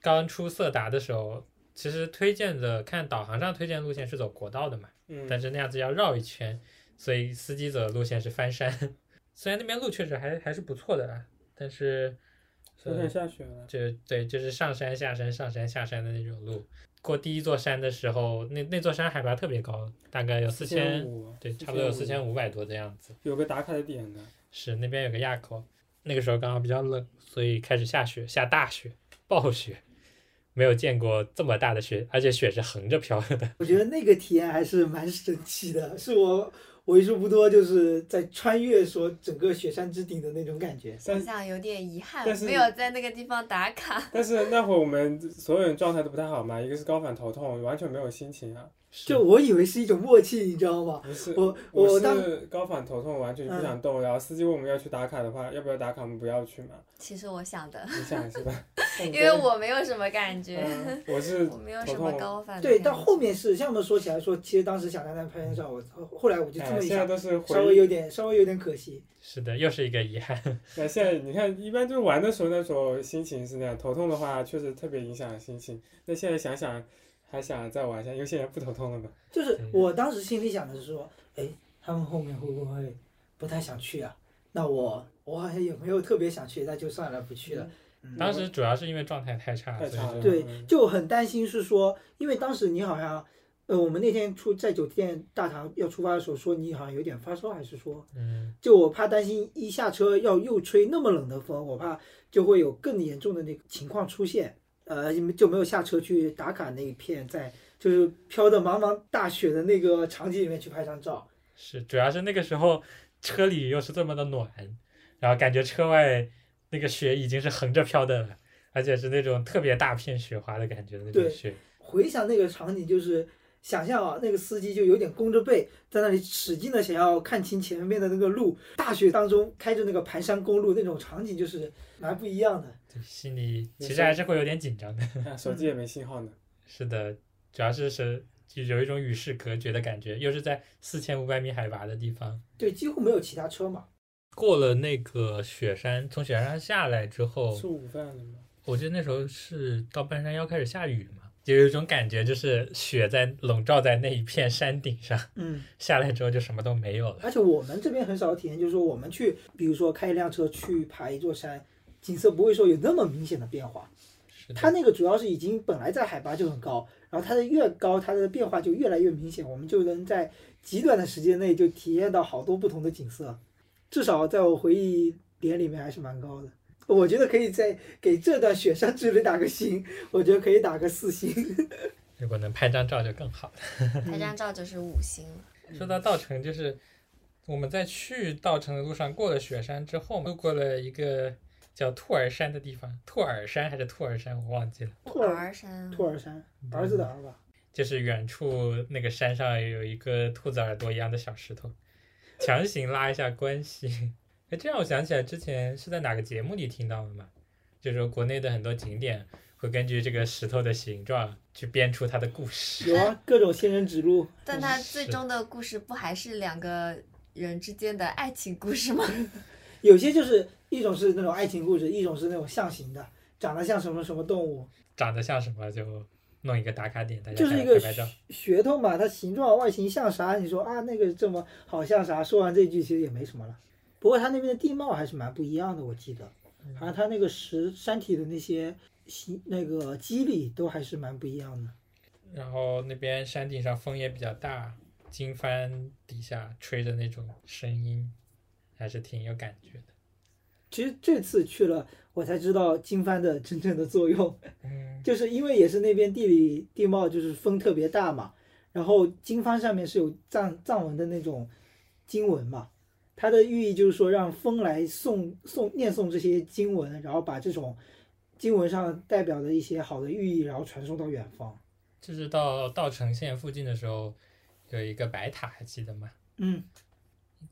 刚出色达的时候，其实推荐的看导航上推荐路线是走国道的嘛。嗯，但是那样子要绕一圈，所以司机走的路线是翻山。 虽然那边路确实还还是不错的啦，但是呃秋天下雪了，就对，就是上山下山、上山下山的那种路。过第一座山的时候，那那座山海拔特别高，大概有四千，五，对，差不多有四五，千五百多的样子。有个打卡的点的，是那边有个垭口，那个时候刚好比较冷，所以开始下雪，下大雪，暴雪，没有见过这么大的雪，而且雪是横着飘的。 我觉得那个体验还是蛮神奇的，是我为数不多就是在穿越说整个雪山之顶的那种感觉。但我想有点遗憾但，是没有在那个地方打卡。但是那会儿我们所有人状态都不太好嘛，一个是高反头痛，完全没有心情啊，就我以为是一种默契，你知道吗？不是。我我当嗯是高反头痛，完全不想动。然后司机问我们要去打卡的话，要不要打卡？我们不要去嘛。其实我想的，你想一下 吧，因为我没有什么感觉，嗯，我是我没有什么高反的感觉。对，到后面是像我们说起来说，其实当时想让他拍张照，我呃后来我就这哎，么一现在想，都是稍回微忆。有点稍微有点可惜。是的，又是一个遗憾。那哎现在你看，一般就是玩的时候，那时候心情是那样。头痛的话，确实特别影响心情。那现在想想，还想再玩一下，因为现在不头痛了嘛。就是我当时心里想的是说，哎，他们后面会不会不太想去啊？那我我好像也没有特别想去，那就算了，不去了。嗯当时主要是因为状态太差，太所以差了。就对嗯就很担心是说，因为当时你好像呃，我们那天出在酒店大堂要出发的时候，说你好像有点发烧，还是说，嗯，就我怕担心一下车要又吹那么冷的风，我怕就会有更严重的那个情况出现。呃，你们就没有下车去打卡那一片，在就是飘的茫茫大雪的那个场景里面去拍张照。是，主要是那个时候车里又是这么的暖，然后感觉车外那个雪已经是横着飘的了，而且是那种特别大片雪花的感觉的那种对雪。回想那个场景，就是想象啊，那个司机就有点弓着背，在那里使劲的想要看清前面的那个路，大雪当中开着那个盘山公路那种场景，就是蛮不一样的。对，心里没其实事还是会有点紧张的。 啊手机也没信号呢。是的，主要是是就有一种与世隔绝的感觉，又是在四千五百米海拔的地方。对，几乎没有其他车嘛。过了那个雪山，从雪山上下来之后，吃午饭了吗？我记得那时候是到半山腰开始下雨嘛，就有一种感觉，就是雪在笼罩在那一片山顶上，嗯，下来之后就什么都没有了。而且我们这边很少体验，就是说我们去，比如说开一辆车去爬一座山，景色不会说有那么明显的变化。是它的，那个主要是已经本来在海拔就很高，然后它的越高，它的变化就越来越明显，我们就能在极短的时间内就体验到好多不同的景色。至少在我回忆点里面还是蛮高的，我觉得可以在给这段雪山之旅打个星，我觉得可以打个四星。 如果能拍张照就更好了。拍张照就是五星了。说到稻城，就是我们在去稻城的路上过了雪山之后，路过了一个叫兔儿山的地方，兔儿山还是兔儿山，我忘记了。兔儿儿山，兔儿山，嗯儿子的儿吧，就是远处那个山上有一个兔子耳朵一样的小石头，强行拉一下关系。哎，这让我想起来之前是在哪个节目里听到的嘛，就是说国内的很多景点会根据这个石头的形状去编出它的故事。有啊，各种仙人指路。但嗯它是最终的故事不还是两个人之间的爱情故事吗？有些就是一种是那种爱情故事，一种是那种象形的，长得像什么什么动物，长得像什么就弄一个打卡点，大家就是看一个拍拍照。噱头嘛。它形状外形像啥？你说啊，那个这么好像啥？说完这句其实也没什么了。不过它那边的地貌还是蛮不一样的，我记得，好像它那个石山体的那些形那个肌理都还是蛮不一样的。然后那边山顶上风也比较大，经幡底下吹的那种声音，还是挺有感觉的。其实这次去了，我才知道经幡的真正的作用。嗯，就是因为也是那边地理地貌就是风特别大嘛，然后经幡上面是有藏藏文的那种经文嘛，它的寓意就是说让风来诵诵念诵这些经文，然后把这种经文上代表的一些好的寓意，然后传送到远方。就是到稻城县附近的时候，有一个白塔，还记得吗？嗯，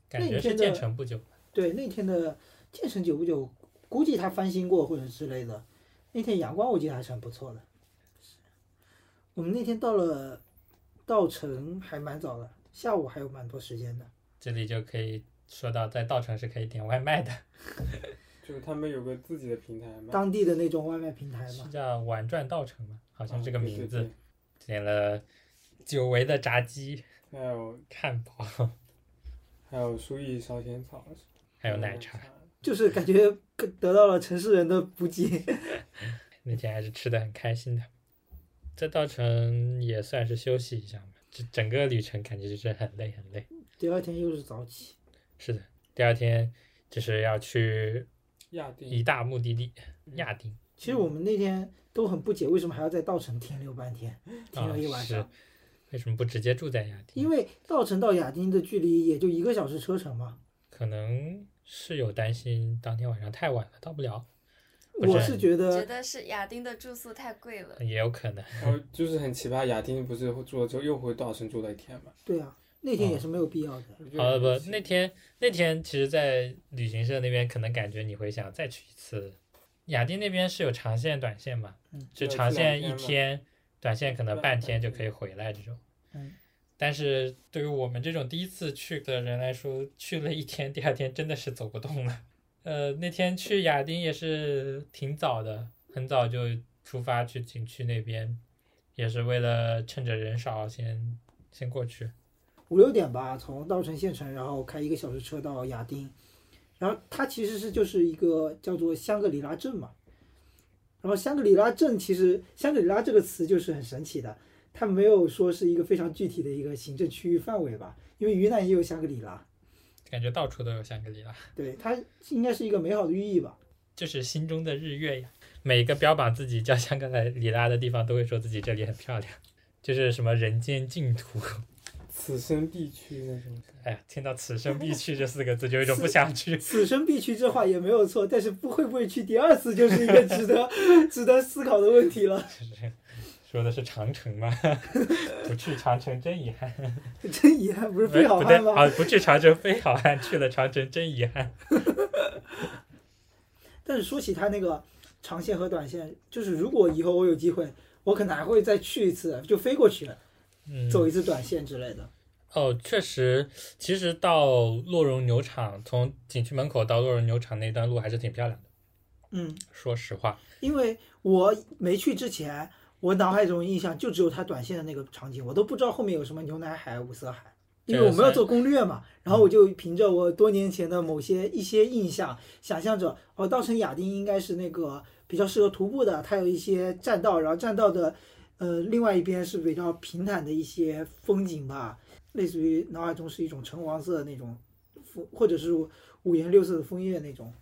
感那觉你是觉得建成不久。对，那天的建成九不九，估计它翻新过或者之类的。那天阳光我记得还是很不错的。我们那天到了稻城还蛮早的，下午还有蛮多时间的。这里就可以说到，在稻城是可以点外卖的，就是他们有个自己的平台嘛，当地的那种外卖平台是嘛。叫“玩转稻城”吗？好像这个啊名字。对对点了久违的炸鸡、对还有汉堡，还有书艺烧仙草，还哦有奶茶。。就是感觉得到了城市人的补给。 那天还是吃的很开心的。在稻城也算是休息一下嘛，这整个旅程感觉就是很累很累。第二天又是早起，是的，第二天就是要去亚丁一大目的地亚丁，其实我们那天都很不解，为什么还要在稻城停留半天，停啊留一晚上？是为什么不直接住在亚丁？因为稻城到亚丁的距离也就一个小时车程嘛。可能是有担心当天晚上太晚了到不了，不是我是觉觉得，得是亚丁的住宿太贵了。也有可能。然后就是很奇葩，雅丁不是住了之后又回稻城住了一天嘛？对啊，那天也是没有必要的。我觉得好了，很啊不，奇那天那天其实，在旅行社那边可能感觉你会想再去一次。亚丁那边是有长线、短线嘛？嗯就对长去两线一天嘛天，短线可能对半半天就天可以回来这种。嗯，但是对于我们这种第一次去的人来说，去了一天，第二天真的是走不动了。呃，那天去亚丁也是挺早的，很早就出发去景区那边，也是为了趁着人少先先过去。五六点吧，从稻城县城，然后开一个小时车到亚丁，然后它其实是就是一个叫做香格里拉镇嘛。然后香格里拉镇其实香格里拉这个词就是很神奇的，它没有说是一个非常具体的一个行政区域范围吧，因为云南也有香格里拉，感觉到处都有香格里拉，对，它应该是一个美好的寓意吧。就是心中的日月呀。每个标榜自己叫香格里拉的地方，都会说自己这里很漂亮，就是什么人间净土。此生必去那种。哎呀，听到“此生必去”这四个字，就有一种不想去。此生必去这话也没有错，但是不会不会去第二次就是一个值得 值得思考的问题了。 说的是长城吗？ 不去长城真遗憾。真遗憾，不是不对非好汉吗？啊，不去长城非好汉，去了长城真遗憾。但是说起它那个长线和短线，就是如果以后我有机会，我可能还会再去一次，就飞过去嗯，走一次短线之类的。哦，确实，其实到洛绒牛场，从景区门口到洛绒牛场那段路还是挺漂亮的。嗯，说实话，因为我没去之前，我脑海中印象就只有它短线的那个场景，我都不知道后面有什么牛奶海、五色海。因为我没有做攻略嘛，然后我就凭着我多年前的某些一些印象，想象着哦，稻城亚丁应该是那个比较适合徒步的，它有一些栈道，然后栈道的呃另外一边是比较平坦的一些风景吧，类似于脑海中是一种橙黄色的那种枫，或者是五颜六色的枫叶那种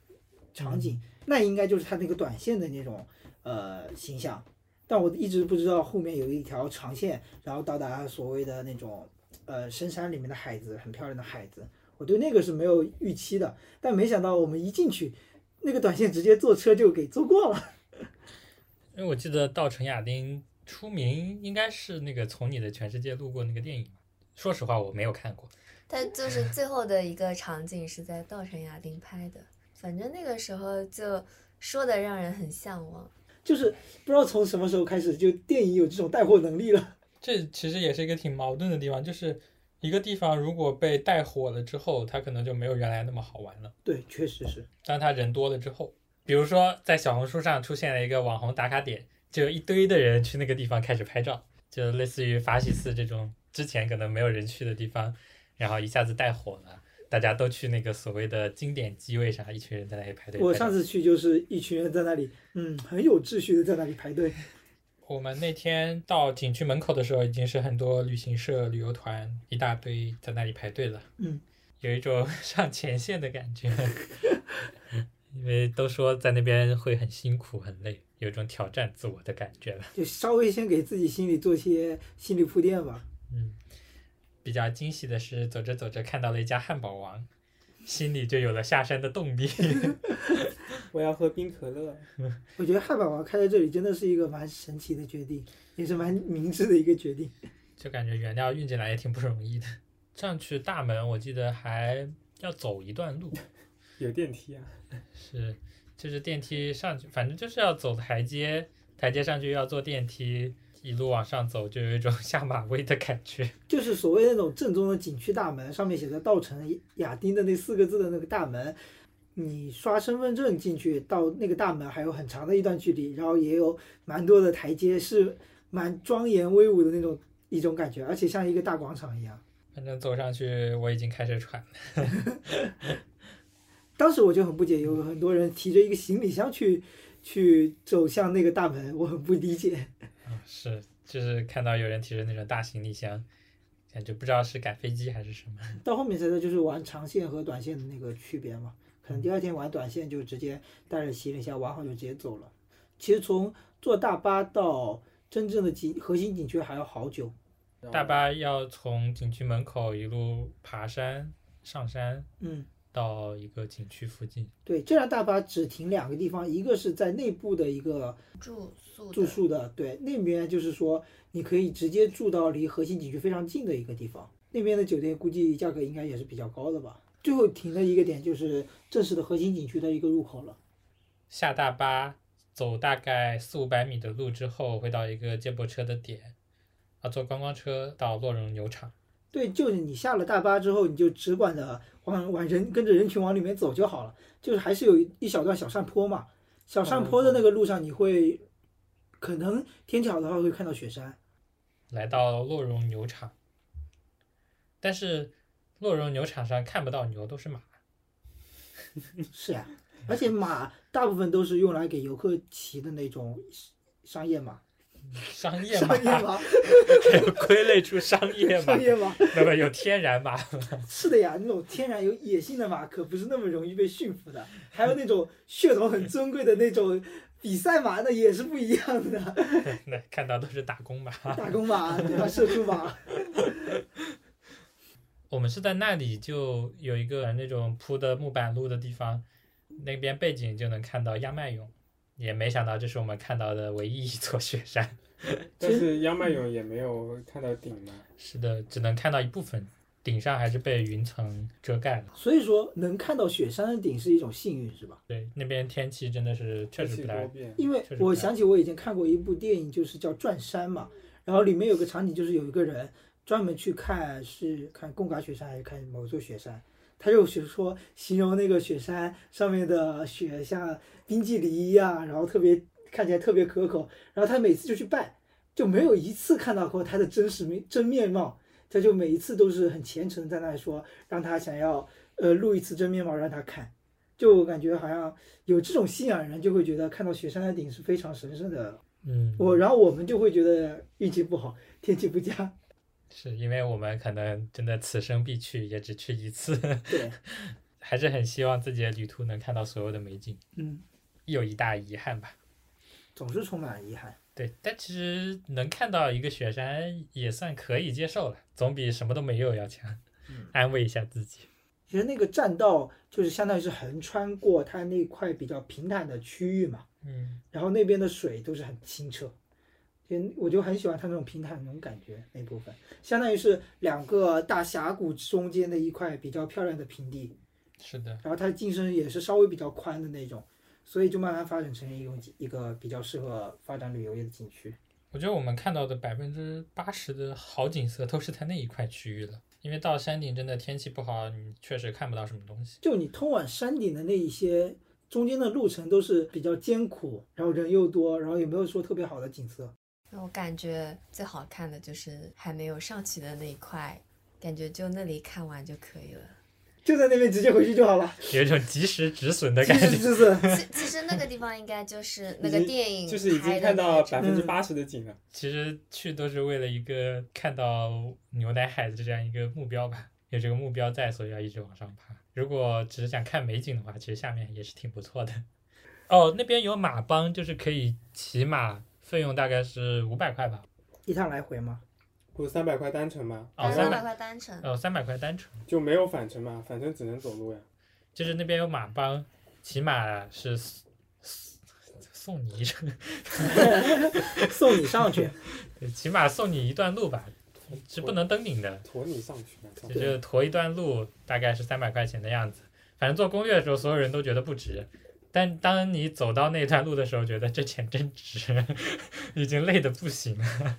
场景，那应该就是它那个短线的那种呃形象。但我一直不知道后面有一条长线，然后到达所谓的那种呃深山里面的海子，很漂亮的海子。我对那个是没有预期的，但没想到我们一进去，那个短线直接坐车就给坐过了。 因为我记得稻城亚丁出名应该是那个《从你的全世界路过》那个电影嘛。说实话，我没有看过。但就是最后的一个场景是在稻城亚丁拍的，反正那个时候就说的让人很向往。就是不知道从什么时候开始，就电影有这种带货能力了。这其实也是一个挺矛盾的地方，就是一个地方如果被带火了之后，它可能就没有原来那么好玩了。对，确实是。当它人多了之后，比如说在小红书上出现了一个网红打卡点，就一堆的人去那个地方开始拍照，就类似于法喜寺这种之前可能没有人去的地方，然后一下子带火了，大家都去那个所谓的经典机位上，一群人在那里排队。我拍照上次去就是一群人在那里，嗯，很有秩序的在那里排队。我们那天到景区门口的时候，已经是很多旅行社、旅游团一大堆在那里排队了。嗯，有一种上前线的感觉，因为都说在那边会很辛苦、很累，有一种挑战自我的感觉了。就稍微先给自己心里做些心理铺垫吧。嗯，比较惊喜的是，走着走着看到了一家汉堡王，心里就有了下山的动力。我要喝冰可乐。我觉得汉堡王开在这里真的是一个蛮神奇的决定，也是蛮明智的一个决定。就感觉原料运进来也挺不容易的。上去大门，我记得还要走一段路。有电梯啊，是，就是电梯上去，反正就是要走台阶，台阶上去又要坐电梯，一路往上走，就有一种 下马威的感觉。就是所谓那种正宗的景区大门，上面写着“稻城亚丁”的那四个字的那个大门，你刷身份证进去到那个大门还有很长的一段距离，然后也有蛮多的台阶，是蛮庄严威武的那种一种感觉，而且像一个大广场一样。反正走上去，我已经开始喘了。当时我就很不解，有很多人提着一个行李箱去去走向那个大门，我很不理解。嗯是，就是看到有人提着那种大行李箱，感觉不知道是赶飞机还是什么。到后面才知道就是玩长线和短线的那个区别嘛。可能第二天玩短线就直接带着行李箱玩好就直接走了。其实从坐大巴到真正的景核心景区还要好久。哦大巴要从景区门口一路爬山上山嗯，到一个景区附近。对，这辆大巴只停两个地方，一个是在内部的一个住宿的住宿的，对，那边就是说你可以直接住到离核心景区非常近的一个地方。那边的酒店估计价格应该也是比较高的吧。最后停的一个点就是正式的核心景区的一个入口了。下大巴，走大概四五百米的路之后，会到一个接驳车的点，啊，坐观光车到洛绒牛场。对，就是你下了大巴之后，你就只管着往往人跟着人群往里面走就好了。就是还是有一小段小山坡嘛，小山坡的那个路上你会，可能天气好的话会看到雪山。来到洛绒牛场，但是洛绒牛场上看不到牛，都是马。是啊呀、 而且马大部分都是用来给游客骑的那种商业马。商业马商业 盲，有归类出商业马商，业盲，那么有天然马， 是的呀，那种天然有野性的马可不是那么容易被驯服的，还有那种血统很尊贵的那种比赛马，那也是不一样 的，那看到都是打工马。打工马对吧？社畜马，我们是在那里就有一个那种铺的木板路的地方，那边背景就能看到亚麦勇，也没想到这是我们看到的唯一一座雪山。但是央麦勇也没有看到顶嘛，是的，只能看到一部分，顶上还是被云层遮盖了。所以说能看到雪山的顶是一种幸运，是吧？对，那边天气真的是确实气不多太变。因为确实不我一样想起我以前看过一部电影，就是叫《转山》嘛，然后里面有个场景，就是有一个人专门去看是看贡嘎雪山还是看某座雪山，他就是说形容那个雪山上面的雪像冰激凌一样，然后特别看起来特别可口，然后他每次就去拜，就没有一次看到过他的真实面真面貌，他就每一次都是很虔诚地在那里说，让他想要呃露一次真面貌让他看，就我感觉好像。有这种信仰的人就会觉得看到雪山的顶是非常神圣的。嗯，我，然后我们就会觉得运气不好，天气不佳。是因为我们可能真的此生必去，也只去一次， 对，还是很希望自己的旅途能看到所有的美景，嗯，有一大遗憾吧。总是充满了遗憾。对，但其实能看到一个雪山也算可以接受了，总比什么都没有要强。安慰一下自己。嗯其实那个栈道就是相当于是横穿过它那块比较平坦的区域嘛，嗯，然后那边的水都是很清澈，嗯，我就很喜欢它那种平坦那种感觉那部分，相当于是两个大峡谷中间的一块比较漂亮的平地，是的，然后它的晋升也是稍微比较宽的那种，所以就慢慢发展成一种一个比较适合发展旅游业的景区。我觉得我们看到的百分之八十的好景色都是在那一块区域了，因为到山顶真的天气不好，你确实看不到什么东西。就你通往山顶的那一些中间的路程都是比较艰苦，然后人又多，然后也没有说特别好的景色。我感觉最好看的就是还没有上去的那一块，感觉就那里看完就可以了。就在那边直接回去就好了，有一种及时止损的其感实觉。就是其其实那个地方应该就是那已个经电影就是已经拍的看那到种百分之八十的景了，其实去都是为了一个看到牛奶海的这样一个目标吧，有这个目标在，所以要一直往上爬。如果只是想看美景的话，其实下面也是挺不错的。哦，那边有马帮，就是可以骑马，费用大概是五百块吧。一趟来回嘛。不是三百块单程吗？哦，两三三百百块单嗯程，呃，三百块单程，就没有返程嘛，返程只能走路呀。就是那边有马帮，骑马是送送你一程，送你上去，对起码送你一段路吧，是不能登顶的，驮你上去嘛，上就去是驮一段路，大概是三百块钱的样子。反正做攻略的时候，所有人都觉得不值，但当你走到那段路的时候，觉得这钱真值， 已经累得不行了。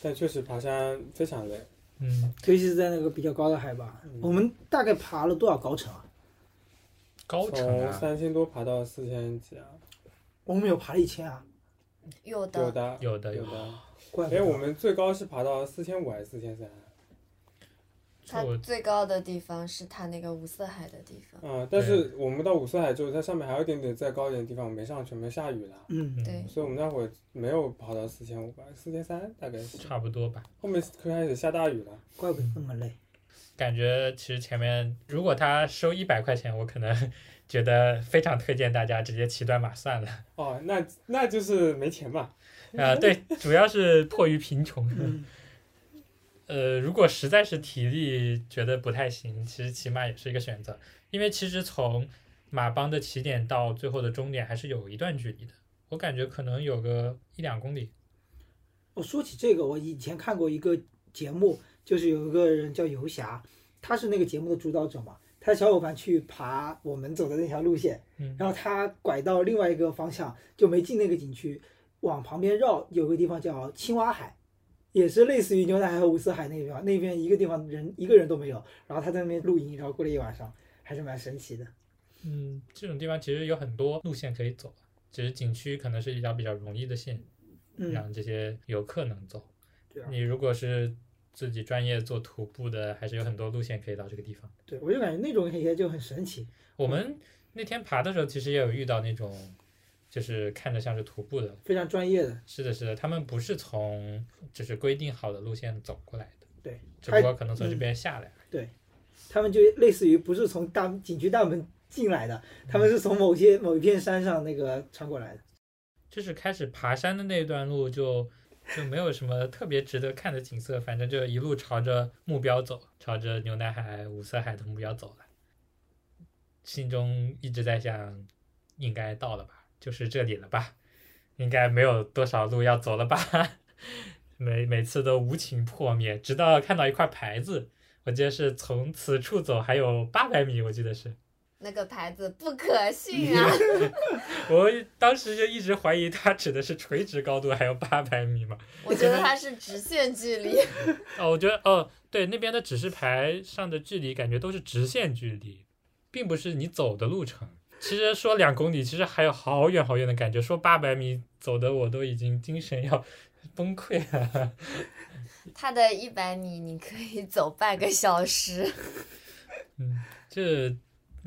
但确实爬山非常累，嗯，尤其是在那个比较高的海拔。嗯我们大概爬了多少高程啊？高程从啊，三千多爬到四千几啊，我们有爬了一千啊，有的有的有的有有的，的。怪不哎，得我们最高是爬到四千五还是四千三？啊它我最高的地方是它那个五色海的地方，嗯，但是我们到五色海之后，它上面还有一点点再高一点的地方我们没上去，我们下雨了，嗯，对，所以我们那会儿没有爬到四千五吧，四千三大概是。差不多吧。后面开始下大雨了，怪不得那么累。感觉其实前面如果他收一百块钱，我可能觉得非常推荐大家直接骑短马算了。哦，那那就是没钱嘛。啊、对，主要是迫于贫穷。 嗯，呃，如果实在是体力觉得不太行，其实骑马也是一个选择，因为其实从马帮的起点到最后的终点还是有一段距离的，我感觉可能有个一两公里。我说起这个，我以前看过一个节目，就是有一个人叫游侠，他是那个节目的主导者嘛，他的小伙伴去爬我们走的那条路线，嗯，然后他拐到另外一个方向，就没进那个景区，往旁边绕，有个地方叫青蛙海，也是类似于牛奶海和五色海那个地方，那边一个地方人一个人都没有，然后他在那边露营，然后过了一晚上，还是蛮神奇的。嗯，这种地方其实有很多路线可以走，只是景区可能是一条比较容易的线。嗯，让这些游客能走。对啊你如果是自己专业做徒步的，还是有很多路线可以到这个地方。对，我就感觉那种也就很神奇。我们那天爬的时候，其实也有遇到那种就是看着像是徒步的。非常专业的，是的，是的，他们不是从就是规定好的路线走过来的，对，只不过可能从这边下来。他们就类似于不是从大景区大门进来的，他们是从某些某一片山上那个穿过来的。就是开始爬山的那段路就就没有什么特别值得看的景色，反正就一路朝着目标走，朝着牛奶海、五色海的目标走了。心中一直在想，应该到了吧，就是这里了吧，应该没有多少路要走了吧。 每每次都无情破灭，直到看到一块牌子，我记得是从此处走还有八百米，我记得是。那个牌子不可信啊！嗯我当时就一直怀疑它指的是垂直高度还有八百米嘛。我觉得它是直线距离。哦，我觉得哦，对，那边的指示牌上的距离感觉都是直线距离，并不是你走的路程。其实说两公里，其实还有好远好远的感觉。说八百米走的我都已经精神要 崩溃了。它的一百米你可以走半个小时。嗯，这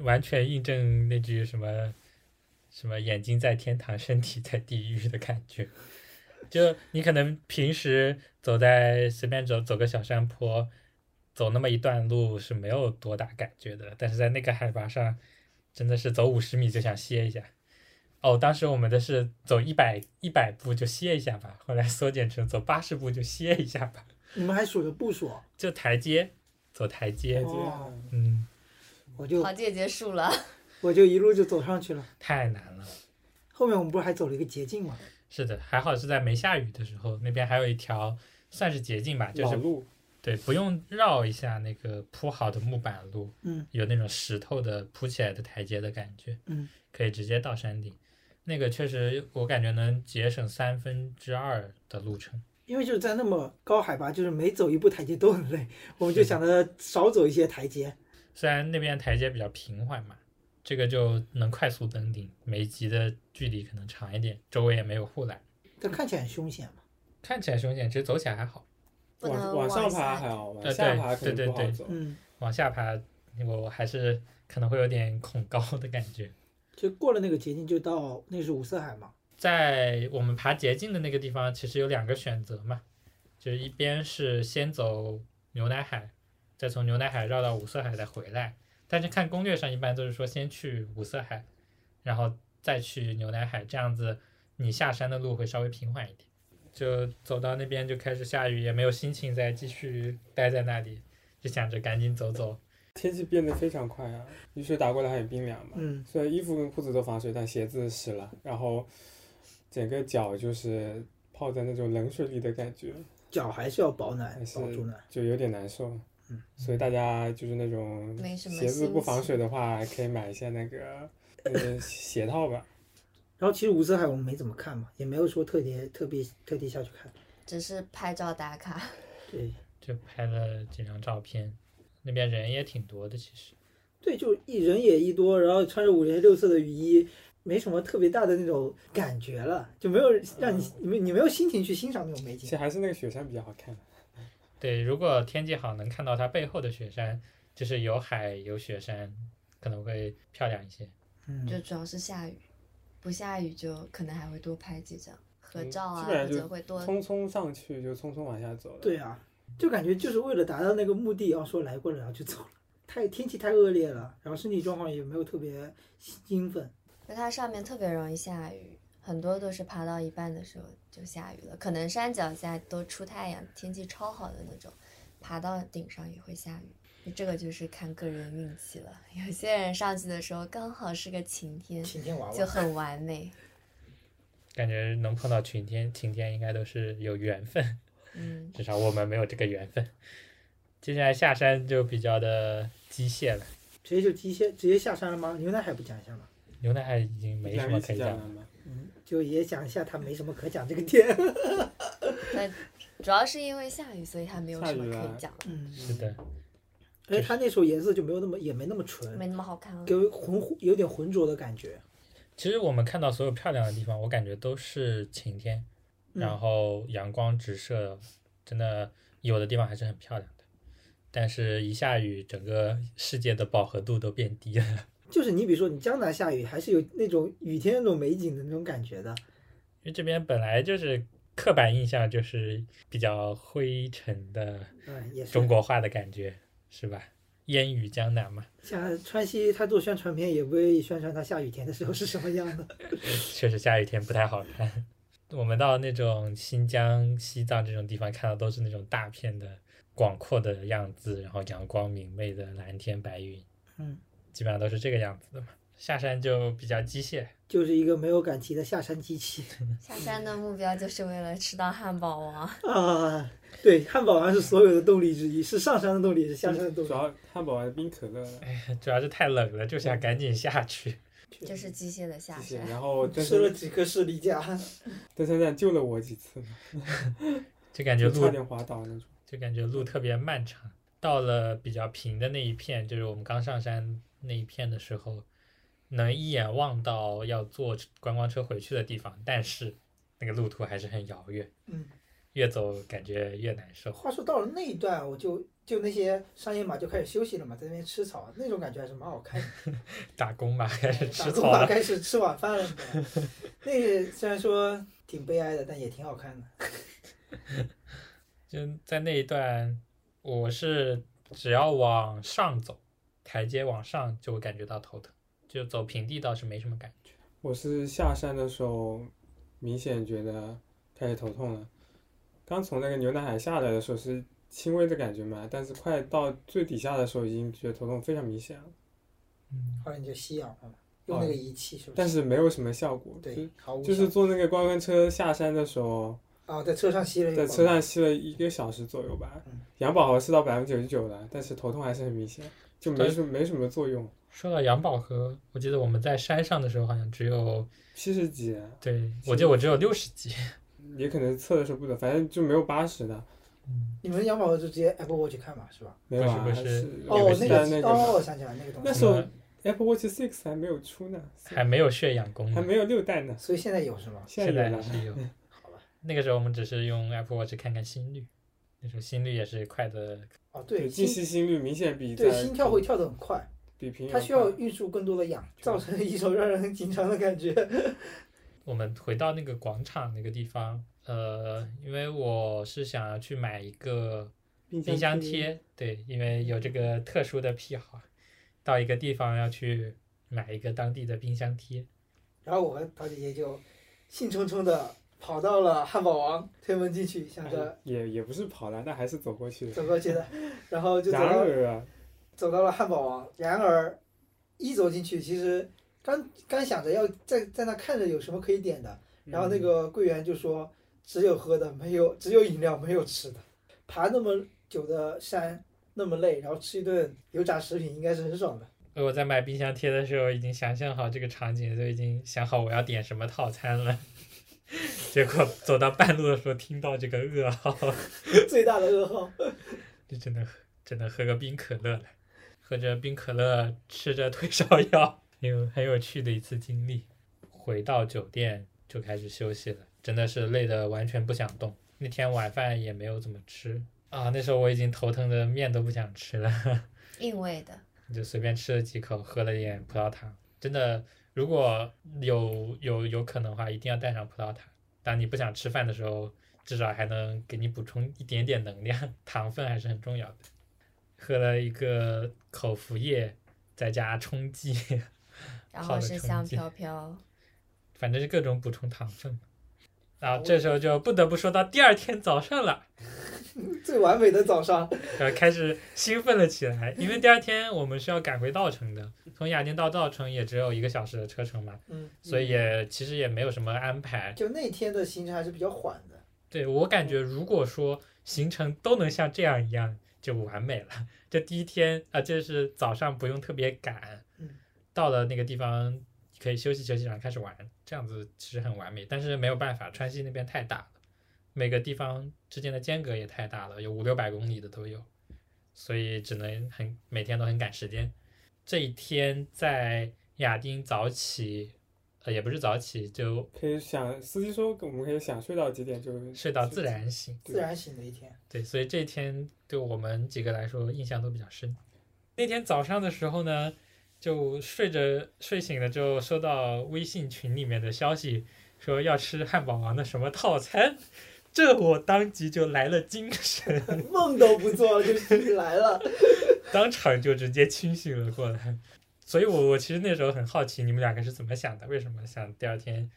完全印证那句什么什么“眼睛在天堂，身体在地狱”的感觉。就你可能平时走在随便走走个小山坡，走那么一段路是没有多大感觉的，但是在那个海拔上，真的是走五十米就想歇一下。哦，当时我们的是走一百一百步就歇一下吧，后来缩减成走八十步就歇一下吧，你们还数着步数？就台阶走台阶，哦，嗯。我就好，这也结束了。我就一路就走上去了。太难了。后面我们不是还走了一个捷径吗？是的，还好是在没下雨的时候，那边还有一条算是捷径吧，就老是路，对，不用绕一下那个铺好的木板路，嗯，有那种石头的铺起来的台阶的感觉，嗯，可以直接到山顶。那个确实，我感觉能节省三分之二的路程。因为就是在那么高海拔，就是每走一步台阶都很累，我们就是想着少走一些台阶。虽然那边台阶比较平缓嘛，这个就能快速登顶，每一级的距离可能长一点，周围也没有护栏，但看起来很凶险嘛。看起来凶险，其实走起来还好。不能往往上爬下还好，往对下呃对爬可对能不对好对走。嗯，往下爬，我还是可能会有点恐高的感觉。就过了那个捷径，就到那是五色海嘛。在我们爬捷径的那个地方，其实有两个选择嘛，就是一边是先走牛奶海，再从牛奶海绕到五色海再回来。但是看攻略上一般都是说先去五色海，然后再去牛奶海，这样子你下山的路会稍微平缓一点。就走到那边就开始下雨，也没有心情再继续待在那里，就想着赶紧走走。天气变得非常快啊，雨水打过来很冰凉嘛。嗯，虽然衣服跟裤子都防水，但鞋子湿了，然后整个脚就是泡在那种冷水里的感觉，脚还是要保暖还，是保住暖。就有点难受。嗯，所以大家就是那种没什么鞋子心不防情水的话，可以买一下那个呃鞋套 吧。然后其实五色海我们没怎么看嘛，也没有说特别特别特地下去看。只是拍照打卡。对就拍了几张照片，那边人也挺多的，其实。对，就一人也一多，然后穿着五颜六色的雨衣，没什么特别大的那种感觉了，就没有让你你没你没有心情去欣赏那种美其景实。还是那个雪山比较好看。对，如果天气好，能看到它背后的雪山，就是有海有雪山，可能会漂亮一些。嗯，就主要是下雨，不下雨就可能还会多拍几张合嗯照啊，基本或上就者会多匆匆上去就匆匆往下走了。对啊，就感觉就是为了达到那个目的，然后说来过了，然后就走了。太天气太恶劣了，然后身体状况也没有特别兴奋。因为它上面特别容易下雨，很多都是爬到一半的时候就下雨了，可能山脚下都出太阳，天气超好的那种，爬到顶上也会下雨。这个就是看个人运气了， 有些人上去的时候刚好是个晴天，晴天娃就娃，很完美。感觉能碰到晴天，晴天应该都是有缘分，嗯，至少我们没有这个缘分。接下来下山就比较的机械了，直接就机械直接下山了吗？牛奶还不讲一下吗？牛奶海已经没什两么个可以起讲讲了。嘛。嗯，就也讲一下他没什么可讲这个点。但主要是因为下雨，所以它没有下什雨啊么可以了讲的， 嗯，是的，而且他那时候颜色就没有那么也没那么纯，没那么好看了。给我浑有点浑浊的感觉。其实我们看到所有漂亮的地方，我感觉都是晴天，嗯然后阳光直射，真的有的地方还是很漂亮的。但是，一下雨，整个世界的饱和度都变低了。 就是你比如说你江南下雨，还是有那种雨天那种美景的那种感觉的。因为这边本来就是刻板印象就是比较灰尘的嗯，也是。中国话的感觉，是吧？烟雨江南嘛，像川西，他做宣传片也不会宣传他下雨天的时候是什么样的。确实下雨天不太好看。 我们到那种新疆、西藏这种地方，看到都是那种大片的、广阔的样子，然后阳光明媚的蓝天白云，嗯，基本上都是这个样子的嘛。下山就比较机械， 就是一个没有感情的下山机器下山的目标就是为了吃到汉堡王。啊！对，汉堡王是所有的动力之一，是上山的动力，也是下山的动嗯主力。嗯要汉堡还冰可乐，主要是太冷了，就想赶紧下去。就是机械的下谢谢。山。然后登吃了山几颗士力架，登山站救了我几次，就感觉就差路点滑倒那种。就感觉路嗯特别漫长。到了比较平的那一片，就是我们刚上山那一片的时候，能一眼望到要坐观光车回去的地方，但是那个路途还是很遥远，嗯，越走感觉越难受。话说到了那一段，我就就那些商业马就开始休息了嘛，在那边吃草，那种感觉还是蛮好看的。打工嘛， 开始吃打工草吧了。开始吃晚饭了。 你知道吗那个虽然说挺悲哀的，但也挺好看的。就在那一段，我是只要往上走，台阶往上就会感觉到头疼，就走平地倒是没什么感觉。我是下山的时候，明显觉得开始头痛了。刚从那个牛奶海下来的时候是轻微的感觉嘛，但是快到最底下的时候已经觉得头痛非常明显了，嗯，后来你就吸氧了嘛，用那个仪器是不是？哦但是没有什么效果。对，毫无就就是效坐那个观光车下山的时候，哦，在车上吸了一在口车上吸了一个小时左右吧嗯，氧饱和是到百分之九十九了，但是头痛还是很明显，就没对什么没什么作用，说到羊宝河，我记得我们在山上的时候好像只有，七十几，对是我记得我只有六十级。也可能测的时候不准，反正就没有八十的，嗯你们养宝宝就直接 Apple Watch 看嘛，是吧？没有啊，不是不是哦有，那在个那个哦，我想起来那个东那西，时候什么 Apple Watch Six 还没有出呢，还没有血氧功还能，没有六代呢，所以现在有是吗？现现在有了。 在嗯是有。那个时候我们只是用 Apple Watch 看看心率，那时候心率也是快的，哦，对，静心息心率明显比对在心跳会跳得很快，比平它遥需要快运输更多的氧，造成一种让人紧张的感觉。 我们回到那个广场那个地方，呃，因为我是想要去买一个冰箱贴，对，因为有这个特殊的癖好，到一个地方要去买一个当地的冰箱贴。然后我和陶姐姐就兴冲冲的跑到了汉堡王，推门进去，想着 哎也也不是跑了，但还是走过去的。走过去的，然后就走然到而啊，走到了汉堡王。然而，一走进去，其实刚刚想着要在在那看着有什么可以点的，嗯然后那个柜员就说只有喝的，没有只有饮料，没有吃的。爬那么久的山，那么累，然后吃一顿油炸食品应该是很爽的。 我在买冰箱贴的时候，已经想象好这个场景，都已经想好我要点什么套餐了。 结果走到半路的时候，听到这个噩耗， 最大的噩耗，就只能喝只能喝个冰可乐了。喝着冰可乐，吃着退烧药，很有很有趣的一次经历。回到酒店就开始休息了，真的是累得完全不想动。那天晚饭也没有怎么吃啊，那时候我已经头疼的面都不想吃了。硬味的，就随便吃了几口，喝了点葡萄糖。真的，如果有有有可能的话，一定要带上葡萄糖。当你不想吃饭的时候，至少还能给你补充一点点能量， 糖分还是很重要的。喝了一个口服液，再加冲剂，然好后的是成香绩飘飘，反正是各种补充糖分。啊，这时候就不得不说到第二天早上了。最完美的早上，然后开始兴奋了起来，因为第二天我们是要赶回稻城的，从雅典到稻城也只有一个小时的车程嘛，嗯，所以也其实也没有什么安排。就那天的行程还是比较缓的。对我感觉，如果说行程都能像这样一样，就完美了。 这第一天啊、这是早上不用特别赶嗯，到了那个地方可以休息休息，然后开始玩，这样子其实很完美。但是没有办法，川西那边太大了，每个地方之间的间隔也太大了，有五六百公里的都有，所以只能很每天都很赶时间。这一天在亚丁早起，呃，也不是早起，就可以想，司机说我们可以想睡到几点就睡到自然醒。自然醒的一天， 对，所以这一天对我们几个来说印象都比较深。那天早上的时候呢，就睡着睡醒了之后，收到微信群里面的消息，说要吃汉堡王的什么套餐，这我当即就来了精神， 梦都不做了就自己来了。当场就直接清醒了过来。所以我我其实那时候很好奇你们两个是怎么想的，为什么想第二天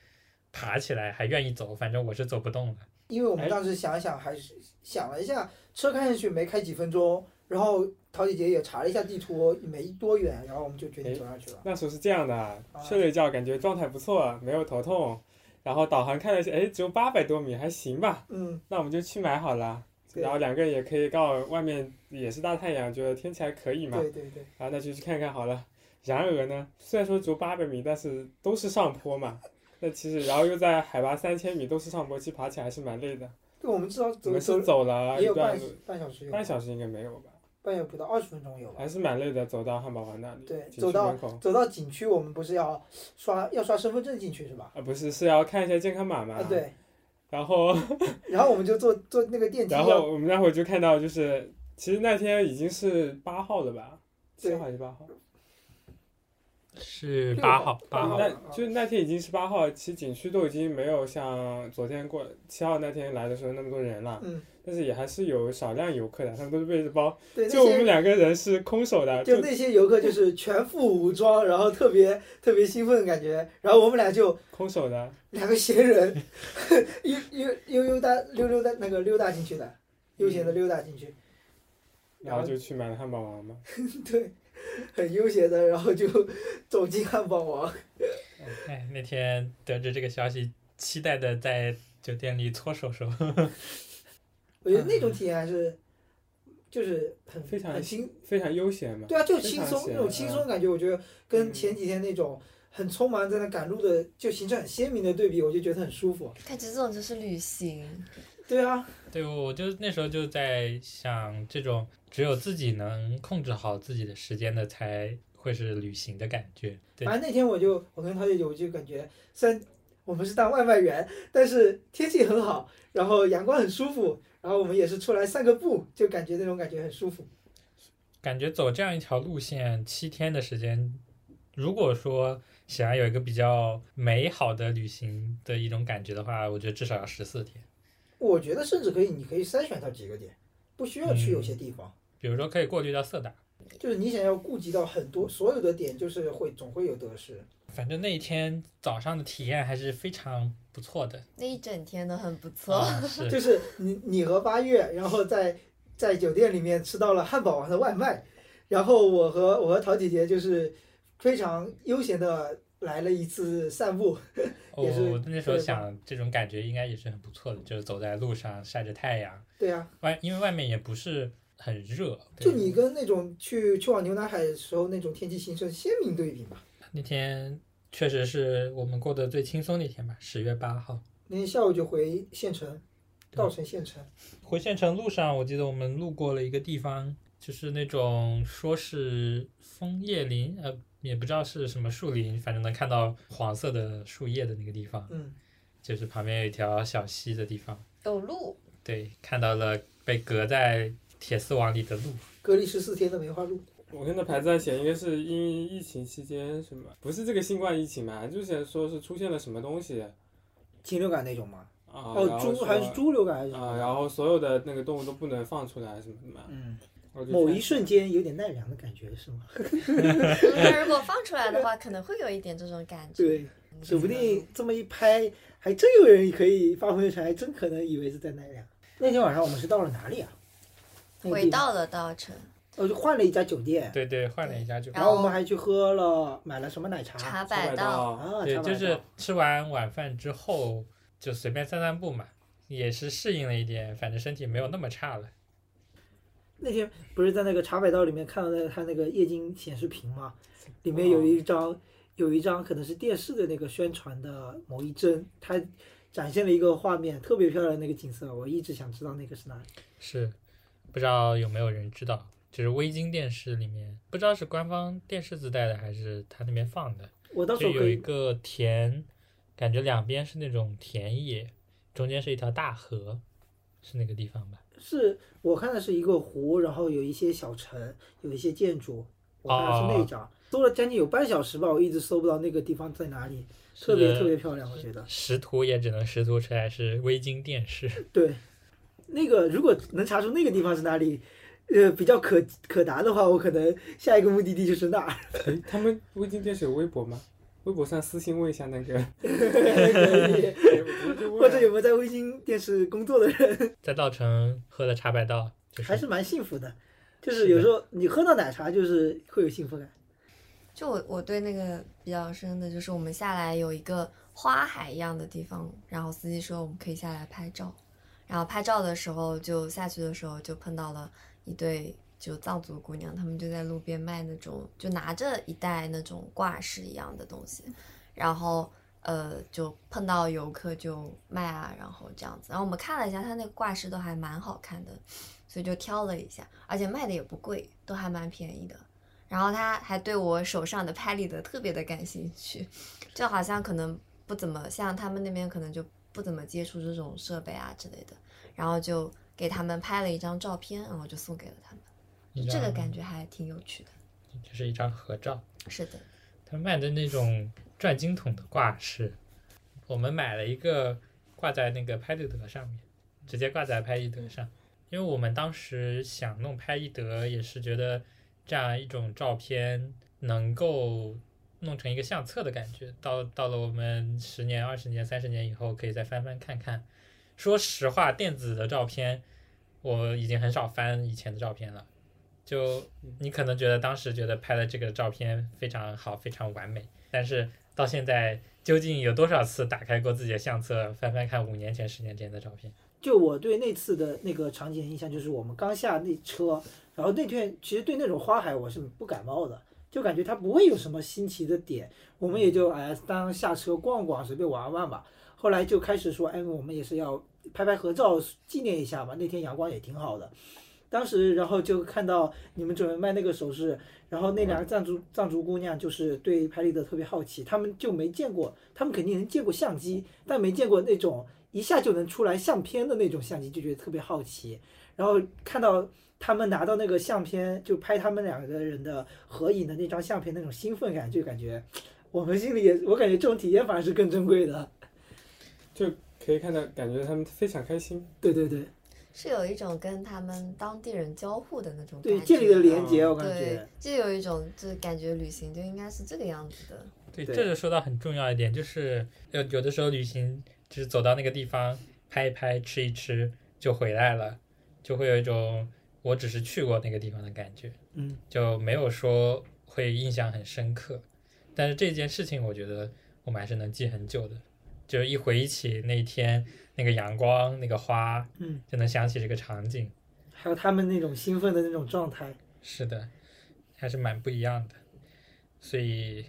爬起来还愿意走？反正我是走不动了。因为我们哎当时想一想，还是想了一下，车开上去没开几分钟，然后桃姐姐也查了一下地图，没多远，然后我们就决定走上去了。那时哎候是这样的啊啊，睡了一觉，感觉状态不错，没有头痛，然后导航看了一下，哎，只有八百多米，还行吧，嗯，那我们就去买好了。对然后两个人也可以告外面也是大太阳，觉得天气还可以嘛，对对对，然后那就去看看好了。然而呢，虽然说只有八百米，但是都是上坡嘛，那其实然后又在海拔三千米都是上坡，其实爬起来还是蛮累的。对，我们知道我走们走是走了也一有段半路，半小时有吧，半小时应该没有吧，半小时不到二十分钟有吧还。是蛮累的，走到汉堡王那里，对，景走区到门口。走到景区，我们不是要刷要刷身份证进去是吧？啊，不是，是要看一下健康码嘛。啊，。对，然后然后我们就坐坐那个电梯然要后我们那会儿就看到，就是其实那天已经是八号了吧，对七号还是八号？是六八号号，八八号号那就那天已经是八号，其实景区都已经没有像昨天过七号那天来的时候那么多人了，嗯，但是也还是有少量游客的，他们都是背着包，对，那就我些们两个人是空手的，就就那些游客就是全副武装，然后特别特别兴奋的感觉，然后我们俩就空手的，两个闲人， 悠悠悠悠达溜溜达那个溜达进去的，悠嗯闲的溜达进去， 然后就去买了汉堡王嘛。对，很悠闲的，然后就走进汉堡王， 哎，那天得知这个消息，期待的在酒店里搓手手。 我觉得那种体验还是就是很嗯非常很轻，非常悠闲嘛，对啊，就非轻常松闲那种嗯轻松的感觉，我觉得跟嗯前几天那种。很匆忙在那赶路的，就形成很鲜明的对比，我就觉得很舒服。感觉这种就是旅行，对啊，对，我就那时候就在想，这种只有自己能控制好自己的时间的，才会是旅行的感觉。对反，正那天我就我跟涛姐姐，我就感觉虽然我们是当外卖员，但是天气很好，然后阳光很舒服，然后我们也是出来散个步，就感觉那种感觉很舒服。感觉走这样一条路线，七天的时间，如果说想要有一个比较美好的旅行的一种感觉的话，我觉得至少要十四天。我觉得甚至可以，你可以筛选到几个点，不需要去有些地方，比如说，可以过滤掉色达，就是你想要顾及到很多所有的点，就是会总会有得失。反正那一天早上的体验还是非常不错的。那一整天都很不错。啊， 是就是你你和八月，然后在在酒店里面吃到了汉堡王的外卖，然后我和我和陶姐姐就是非常悠闲的来了一次散步。我也是哦我那时对候吧想，这种感觉应该也是很不错的，就是走在路上晒着太阳，对啊，外因为外面也不是很热。对就你跟那种去去往牛南海的时候那种天气形成鲜明对比嘛。那天确实是我们过得最轻松的一天吧，十月八号那天下午就回县城，稻城县城，回县城路上，我记得我们路过了一个地方，就是那种说是枫叶林，呃，也不知道是什么树林，反正能看到黄色的树叶的那个地方，嗯，就是旁边有一条小溪的地方。有路，对，看到了被隔在铁丝网里的路。隔离十四天的梅花鹿，我看那牌子在写，应该是因疫情期间什么，不是这个新冠疫情嘛，就是说是出现了什么东西啊，禽流感那种嘛。哦然，后猪还是说猪流感还是什啊，么？然后所有的那个动物都不能放出来什么的嘛。嗯，我就某看一瞬间有点奈良的感觉是吗？那如果放出来的话，可能会有一点这种感觉。对，指不定这么一拍，还真有人可以发朋友圈，还真可能以为是在奈良。那天晚上我们是到了哪里啊？那个地回方哦到了稻城我就换了一家酒店，对对，换了一家酒然然后后我们还去喝了，买了什么奶茶茶超百百道，道，啊？对，茶百就是道吃完晚饭之后就随便散散步嘛，也是适应了一点，反正身体没有那么差了。那天不是在那个茶百道里面看到那个他那个液晶显示屏嘛，里面有一张有一张可能是电视的那个宣传的某一帧，它展现了一个画面，特别漂亮的那个景色，我一直想知道那个是哪里。是，不知道有没有人知道，就是微晶电视里面，不知道是官方电视自带的还是他那边放的，我到时就候可有一以，个田，感觉两边是那种田野，中间是一条大河，是那个地方吧？是我看的是一个湖，然后有一些小城，有一些建筑，我看的是那一张，搜了将近有半小时吧，我一直搜不到那个地方在哪里，特别特别漂亮，我觉得。识图也只能识图出来是微晶电视， 对，那个如果能查出那个地方是哪里，呃，比较可可达的话，我可能下一个目的地就是那儿。诶他们微信电视有微博吗？微博上私信问一下那个，啊或者有没有在微星电视工作的人，在稻城喝了茶百道，就还是是蛮幸福的。就是是的有时候你喝到奶茶，就是会有幸福感。就我我对那个比较深的就是我们下来有一个花海一样的地方，然后司机说我们可以下来拍照，然后拍照的时候就下去的时候就碰到了一对就藏族姑娘，她们就在路边卖那种就拿着一袋那种挂饰一样的东西，然后呃就碰到游客就卖啊，然后这样子，然后我们看了一下，它那个挂饰都还蛮好看的，所以就挑了一下，而且卖的也不贵，都还蛮便宜的。然后他还对我手上的拍立得特别的感兴趣， 就好像可能不怎么像他们那边可能就不怎么接触这种设备啊之类的，然后就给他们拍了一张照片，然后就送给了他们，一这个张感觉还挺有趣的。就是一张合照。是的，他卖的那种转经筒的挂饰，我们买了一个挂在那个拍立得上面，直接挂在拍立得上，因为我们当时想弄拍立得，也是觉得这样一种照片能够弄成一个相册的感觉，到到了我们十年、二十年、三十年以后，可以再翻翻看看。说实话，电子的照片我已经很少翻以前的照片了。就你可能觉得当时觉得拍的这个照片非常好，非常完美，但是到现在究竟有多少次打开过自己的相册，翻翻看五年前、十年前的照片？就我对那次的那个场景的印象，就是我们刚下那车，然后那天其实对那种花海我是不感冒的，就感觉它不会有什么新奇的点，我们也就哎当下车逛逛，随便玩玩吧。后来就开始说，哎，我们也是要拍拍合照纪念一下嘛。那天阳光也挺好的，当时然后就看到你们准备卖那个首饰，然后那两个藏族藏族姑娘就是对拍立得特别好奇，他们就没见过，他们肯定能见过相机，但没见过那种一下就能出来相片的那种相机，就觉得特别好奇。然后看到他们拿到那个相片，就拍他们两个人的合影的那张相片，那种兴奋感，就感觉我们心里也，我感觉这种体验反而是更珍贵的。可以看到，感觉他们非常开心。对对对是有一种跟他们当地人交互的那种感对，觉，哦建立了连接，我感对觉，就有一种就感觉旅行就应该是这个样子的。对，对这就说到很重要一点，就是有有的时候旅行就是走到那个地方拍一拍、吃一吃就回来了，就会有一种我只是去过那个地方的感觉。嗯，就没有说会印象很深刻。但是这件事情，我觉得我们还是能记很久的。就是一回忆起那天那个阳光、那个花，嗯，就能想起这个场景。还有他们那种兴奋的那种状态。是的，还是蛮不一样的。所以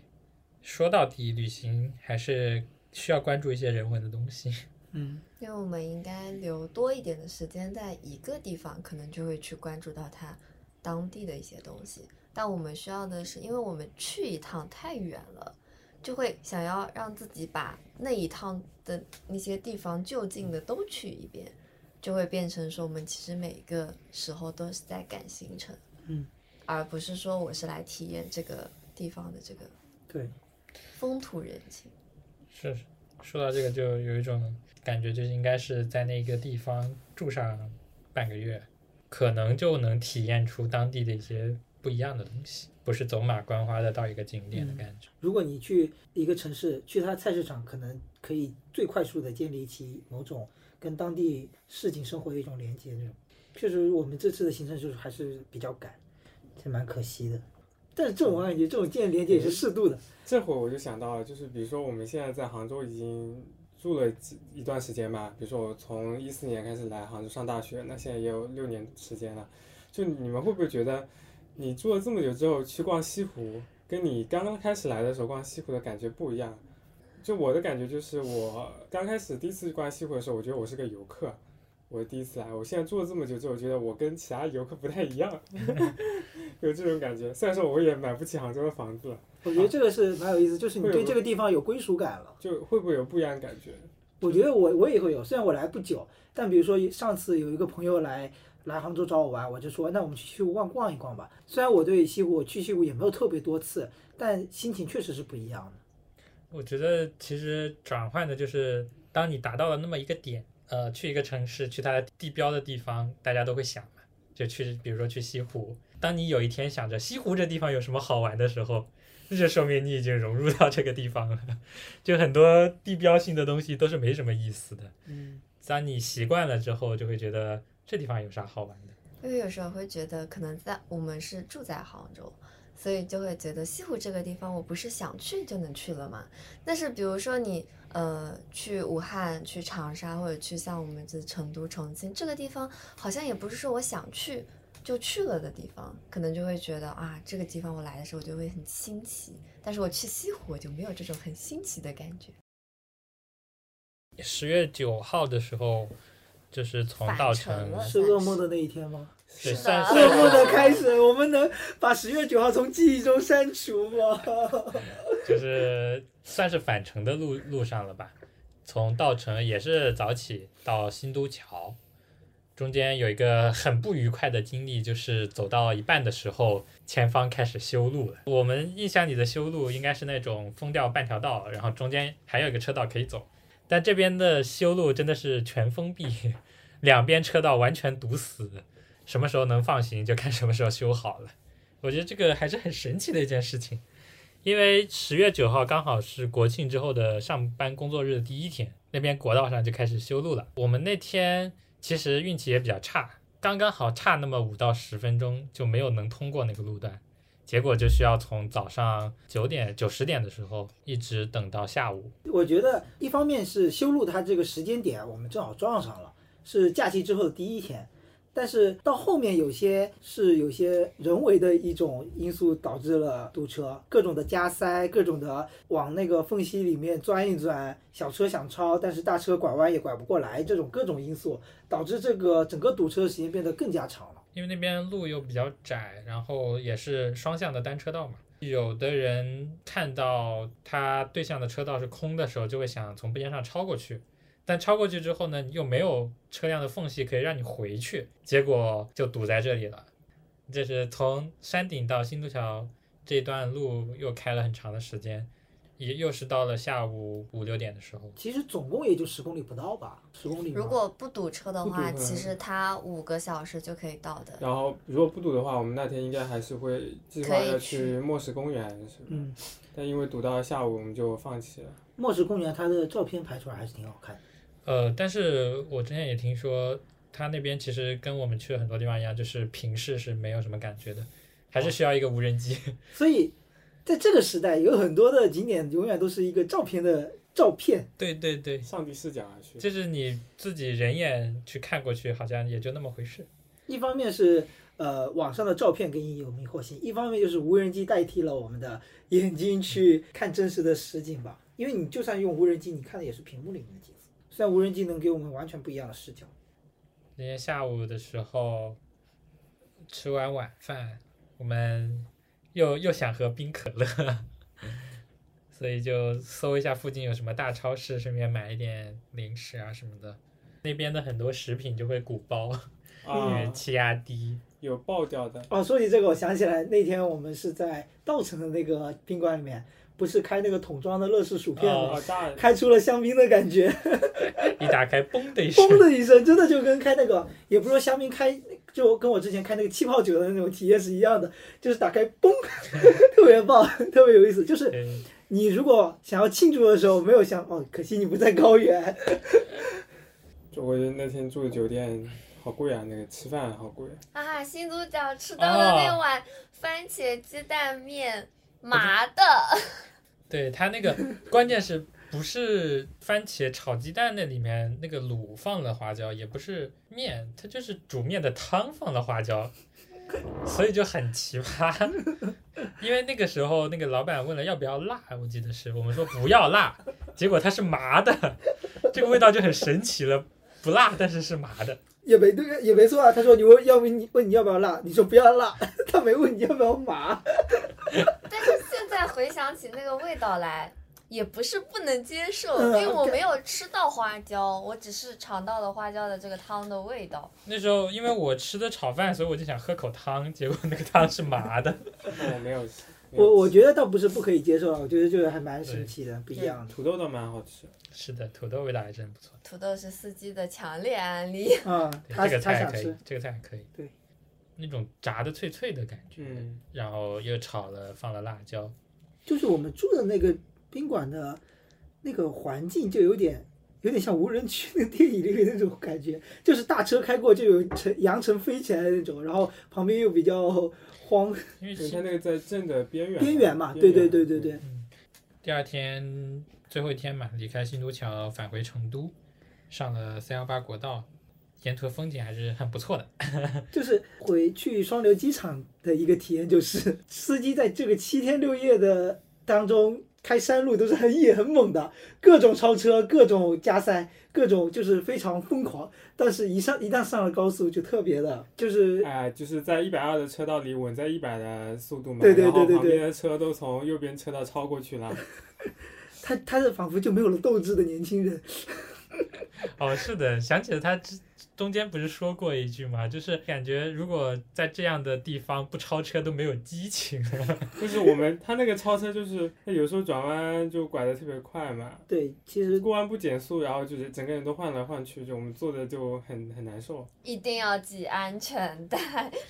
说到底，旅行还是需要关注一些人文的东西。嗯，因为我们应该留多一点的时间在一个地方，可能就会去关注到它当地的一些东西。但我们需要的是，因为我们去一趟太远了，就会想要让自己把那一趟的那些地方就近的都去一遍，就会变成说我们其实每个时候都是在赶行程，嗯，而不是说我是来体验这个地方的这个对，风土人情。是，说到这个就有一种感觉，就是应该是在那个地方住上半个月，可能就能体验出当地的一些不一样的东西，不是走马观花的到一个景点的感觉。如果你去一个城市，去它菜市场，可能可以最快速的建立起某种跟当地市井生活的一种连接。那种，确实，我们这次的行程就是还是比较赶，这蛮可惜的。但是这种我感觉这种建立连接也是适度的。这会儿我就想到了，就是比如说我们现在在杭州已经住了几一段时间吧，比如说我从一四年开始来杭州上大学，那现在也有六年时间了。就你们会不会觉得，你住了这么久之后去逛西湖，跟你刚刚开始来的时候逛西湖的感觉不一样？就我的感觉就是，我刚开始第一次逛西湖的时候，我觉得我是个游客，我第一次来。我现在住了这么久之后，我觉得我跟其他游客不太一样， 有这种感觉。虽然说我也买不起杭州的房子了。我觉得这个是蛮有意思，就是你会有对这个地方有归属感了。就会不会有不一样的感觉？我觉得我我也会有，虽然我来不久，但比如说上次有一个朋友来来杭州找我玩，我就说那我们去西湖逛逛一逛吧。虽然我对西湖，我去西湖也没有特别多次，但心情确实是不一样的。我觉得其实转换的就是，当你达到了那么一个点，呃，去一个城市，去它地标的地方，大家都会想嘛，就去，比如说去西湖。当你有一天想着西湖这地方有什么好玩的时候，那就说明你已经融入到这个地方了。 就很多地标性的东西都是没什么意思的，嗯，当你习惯了之后，就会觉得这地方有啥好玩的。因为有时候会觉得，可能在我们是住在杭州，所以就会觉得西湖这个地方，我不是想去就能去了嘛。但是比如说你呃去武汉、去长沙，或者去像我们这成都、重庆这个地方，好像也不是说我想去就去了的地方，可能就会觉得啊，这个地方我来的时候我就会很新奇，但是我去西湖我就没有这种很新奇的感觉。十月九号的时候，就是从返稻程城了是噩梦的那一天吗？对，是算的 算噩梦是的开始，我们能把十月九号从记忆中删除吗？就是算是返程的路路上了吧。从稻城也是早起到新都桥，中间有一个很不愉快的经历，就是走到一半的时候，前方开始修路了。我们印象里的修路应该是那种封掉半条道，然后中间还有一个车道可以走，但这边的修路真的是全封闭， 两边车道完全堵死，什么时候能放行就看什么时候修好了。我觉得这个还是很神奇的一件事情。因为十月九号刚好是国庆之后的上班工作日的第一天，那边国道上就开始修路了。我们那天其实运气也比较差，刚刚好差那么五到十分钟就没有能通过那个路段，结果就需要从早上九点九十点的时候一直等到下午。 我觉得一方面是修路，它这个时间点我们正好撞上了，是假期之后的第一天。但是到后面有些是有些人为的一种因素导致了堵车，各种的加塞，各种的往那个缝隙里面钻一钻，小车想超，但是大车拐弯也拐不过来，这种各种因素导致这个整个堵车的时间变得更加长了。因为那边路又比较窄，然后也是双向的单车道嘛。有的人看到他对向的车道是空的时候，就会想从边上超过去，但超过去之后呢，又没有车辆的缝隙可以让你回去，结果就堵在这里了。这是从山顶到新都桥这段路又开了很长的时间，也又是到了下午五六点的时候。其实总共也就十公里不到吧，十公里吗。如果不堵车的不堵话，嗯其实它五个小时就可以到的。然后如果不堵的话，我们那天应该还是会计划可以要去去墨石公园什么，嗯，但因为堵到下午，我们就放弃了。墨石公园它的照片拍出来还是挺好看的。呃，但是我之前也听说，他那边其实跟我们去的很多地方一样，就是平视是没有什么感觉的，还是需要一个无人机。所以，在这个时代，有很多的景点永远都是一个照片的照片。 对对对，上帝视角啊，去。 就是你自己人眼去看过去，好像也就那么回事。一方面是呃网上的照片给你有迷惑性，一方面就是无人机代替了我们的 眼睛去看真实的实景吧。因为你就算用无人机，你看的也是屏幕里面的景色。虽然无人机能给我们完全不一样的视角，那天下午的时候，吃完晚饭，我们又又想喝冰可乐， 所以就搜一下附近有什么大超市，顺便买一点零食啊什么的。那边的很多食品就会鼓包，因 为啊，气压低。有爆掉的，哦，说起这个，我想起来那天我们是在稻城的那个宾馆里面，不是开那个桶装的乐事薯片吗？好啊大，开出了香槟的感觉。一打开，嘣的一声，嘣 的一声，真的就跟开那个，也不是说香槟开，就跟我之前开那个气泡酒的那种体验是一样的，就是打开嘣， 特别棒，特别有意思。就是对，你如果想要庆祝的时候，没有想哦，可惜你不在高原，就我觉得那天住的酒店好贵啊，那个吃饭好贵。啊，新都角吃到的那哦碗番茄鸡蛋面，麻的，对它那个关键是不是番茄炒鸡蛋那里面那个卤放了花椒，也不是面，它就是煮面的汤放了花椒，所以就很奇葩。 因为那个时候那个老板问了要不要辣，我记得是我们说不要辣，结果它是麻的，这个味道就很神奇了，不辣但是是麻的。也没对，也没错啊。他说你问要不你问你要不要辣，你说不要辣， 他没问你要不要麻。但是现在回想起那个味道来，也不是不能接受，因嗯为我 OK 没有吃到花椒，我只是尝到了花椒的这个汤的味道。那时候因为我吃的炒饭，所以我就想喝口汤，结果那个汤是麻的。但我没有吃。没有我我吃觉得倒不是不可以接受啊，我觉得就是还蛮神奇的，不一样的。土豆都蛮好吃，是的，土豆味道还真不错。土豆是司机的强烈案例。嗯， 对他这个他菜想还可以吃，，这个菜还可以。对，那种炸的脆脆的感觉，嗯，然后又炒了放了辣椒，就是我们住的那个宾馆的那个环境就有点。有点像无人区那个电影里的那种感觉，就是大车开过就有尘扬尘飞起来的那种，然后旁边又比较荒，因为对，是它那个在镇的边缘，边啊缘嘛，边对对对对对，嗯第二天最后一天嘛，离开新都桥返回成都，上了三幺八国道，沿途风景还是很不错的。就是回去双流机场的一个体验，就是 司机在这个七天六夜的当中开山路都是很野很猛的，各种超车，各种加塞，各种就是非常疯狂。但是，一上一旦上了高速，就特别的，就是哎、就是在一百二的车道里稳在一百的速度嘛，对对对对然后旁对边的车都从右边车道超过去了，他他是仿佛就没有了斗志的年轻人。哦，是的，想起了他之中间不是说过一句嘛，就是感觉如果在这样的地方不超车都没有激情了。 就是我们他那个超车就是他有时候转弯就拐的特别快嘛，对，其实过弯不减速，然后就是整个人都晃来晃去，就我们坐的就很很难受。一定要系安全带，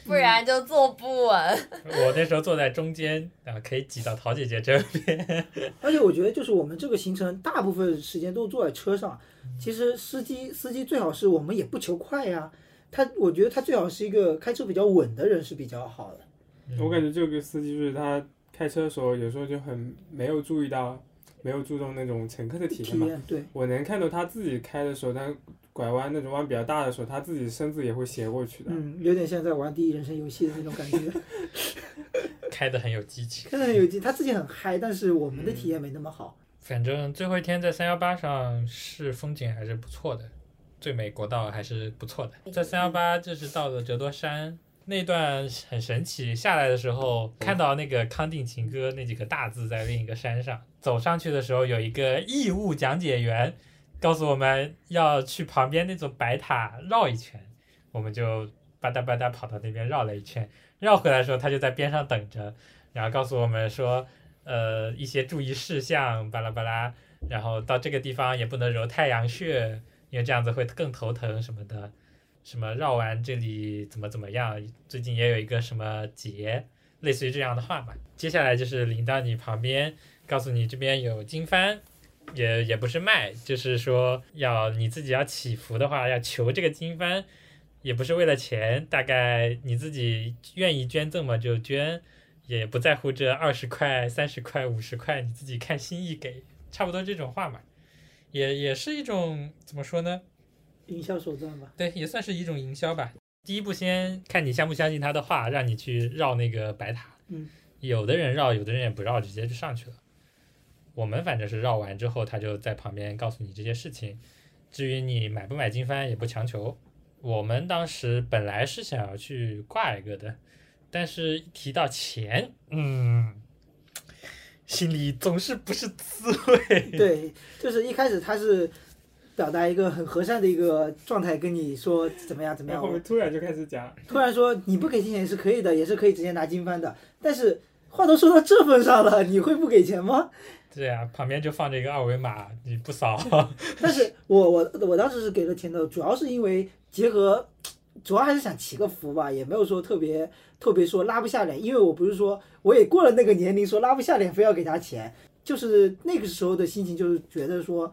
不然就坐不稳。我那时候坐在中间，然后可以挤到陶姐姐这边。而且我觉得，就是我们这个行程大部分时间都坐在车上。其实司机司机最好是我们也不求快呀、他我觉得他最好是一个开车比较稳的人是比较好的。我感觉这个司机就是他开车的时候，有时候就很没有注意到，没有注重那种乘客的体验体嘛。验对，我能看到他自己开的时候，他拐弯那种弯比较大的时候，他自己身子也会斜过去的。嗯，有点像在玩第一人称游戏的那种感 觉，开的很有激情。看得很有劲。他自己很嗨，但是我们的体验没那么好。反正最后一天在三幺八上是风景还是不错的，最美国道还是不错的。在三幺八就是到了折多山那段很神奇，下来的时候看到那个康定情歌那几个大字在另一个山上，走上去的时候有一个义务讲解员告诉我们要去旁边那座白塔绕一圈，我们就吧嗒吧嗒跑到那边绕了一圈，绕回来的时候他就在边上等着，然后告诉我们说。呃一些注意事项，巴拉巴拉。然后到这个地方也不能揉太阳穴，因为这样子会更头疼什么的。什么绕完这里怎么怎么样？最近也有一个什么节，类似于这样的话吧。接下来就是临到你旁边，告诉你这边有经幡，也也不是卖，就是说要你自己要祈福的话，要求这个经幡，也不是为了钱，大概你自己愿意捐赠嘛就捐，也不在乎这二十块、三十块、五十块，你自己看心意给，差不多这种话嘛，也也是一种怎么说呢？营销手段吧，对，也算是一种营销吧。第一步先看你相不相信他的话，让你去绕那个白塔。嗯，有的人绕，有的人也不绕，直接就上去了。我们反正是绕完之后，他就在旁边告诉你这些事情。至于你买不买经幡，也不强求。我们当时本来是想要去挂一个的，但是一提到钱，嗯，心里总是不是滋味。 嗯对，就是一开始他是表达一个很和善的一个状态，跟你说怎么样怎么然样哎后，我们突然就开始讲，突然说你不给钱也是可以的，也是可以直接拿金帆的。但是话都说到这份上了，你会不给钱吗？对啊，旁边就放着一个二维码，你不扫， 但是我我我当时是给了钱的，主要是因为结合，主要还是想祈个福吧，也没有说特别特别说拉不下脸，因为我不是说我也过了那个年龄，说拉不下脸非要给他钱，就是那个时候的心情就是觉得说，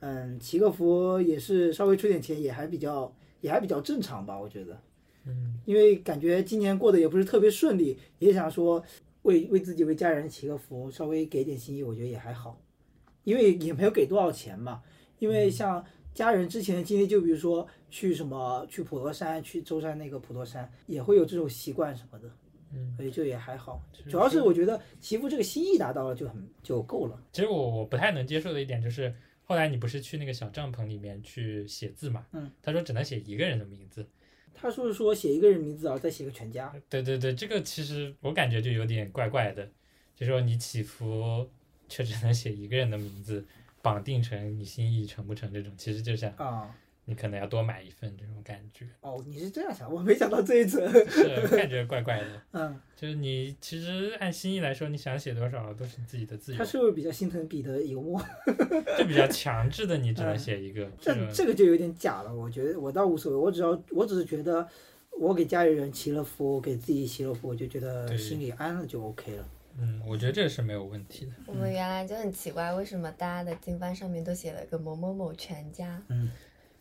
嗯，祈个福也是稍微出点钱也还比较也还比较正常吧，我觉得，嗯，因为感觉今年过得也不是特别顺利，也想说为为自己为家人祈个福，稍微给点心意，我觉得也还好，因为也没有给多少钱嘛。因嗯为像家人之前的经历，就比如说去什么去普陀山、去舟山那个普陀山，也会有这种习惯什么的，嗯，所以就也还好。主要是我觉得祈福这个心意达到了就很就够了。其实我我不太能接受的一点就是，后来你不是去那个小帐篷里面去写字嘛？嗯，他说只能写一个人的名字。他说是说写一个人名字，然后再写个全家，对对对，这个其实我感觉就有点怪怪的，就说你祈福却只能写一个人的名字，绑定成你心意成不成这种，其实就像啊、你可能要多买一份这种感觉，哦，你是这样想，我没想到这一层。是感觉怪怪的。嗯，就是你其实按心意来说，你想写多少都是自己的自由他，是不是比较心疼彼得游牧？就比较强制的，你只能写一个。这种这个就有点假了，我觉得我倒无所谓，我只要我只是觉得我给家里人祈了福，我给自己祈了福，我就觉对得心里安了就 OK 了。嗯，我觉得这是没有问题的。我们原来就很奇怪，为什么大家的经幡上面都写了个某某某全家，嗯，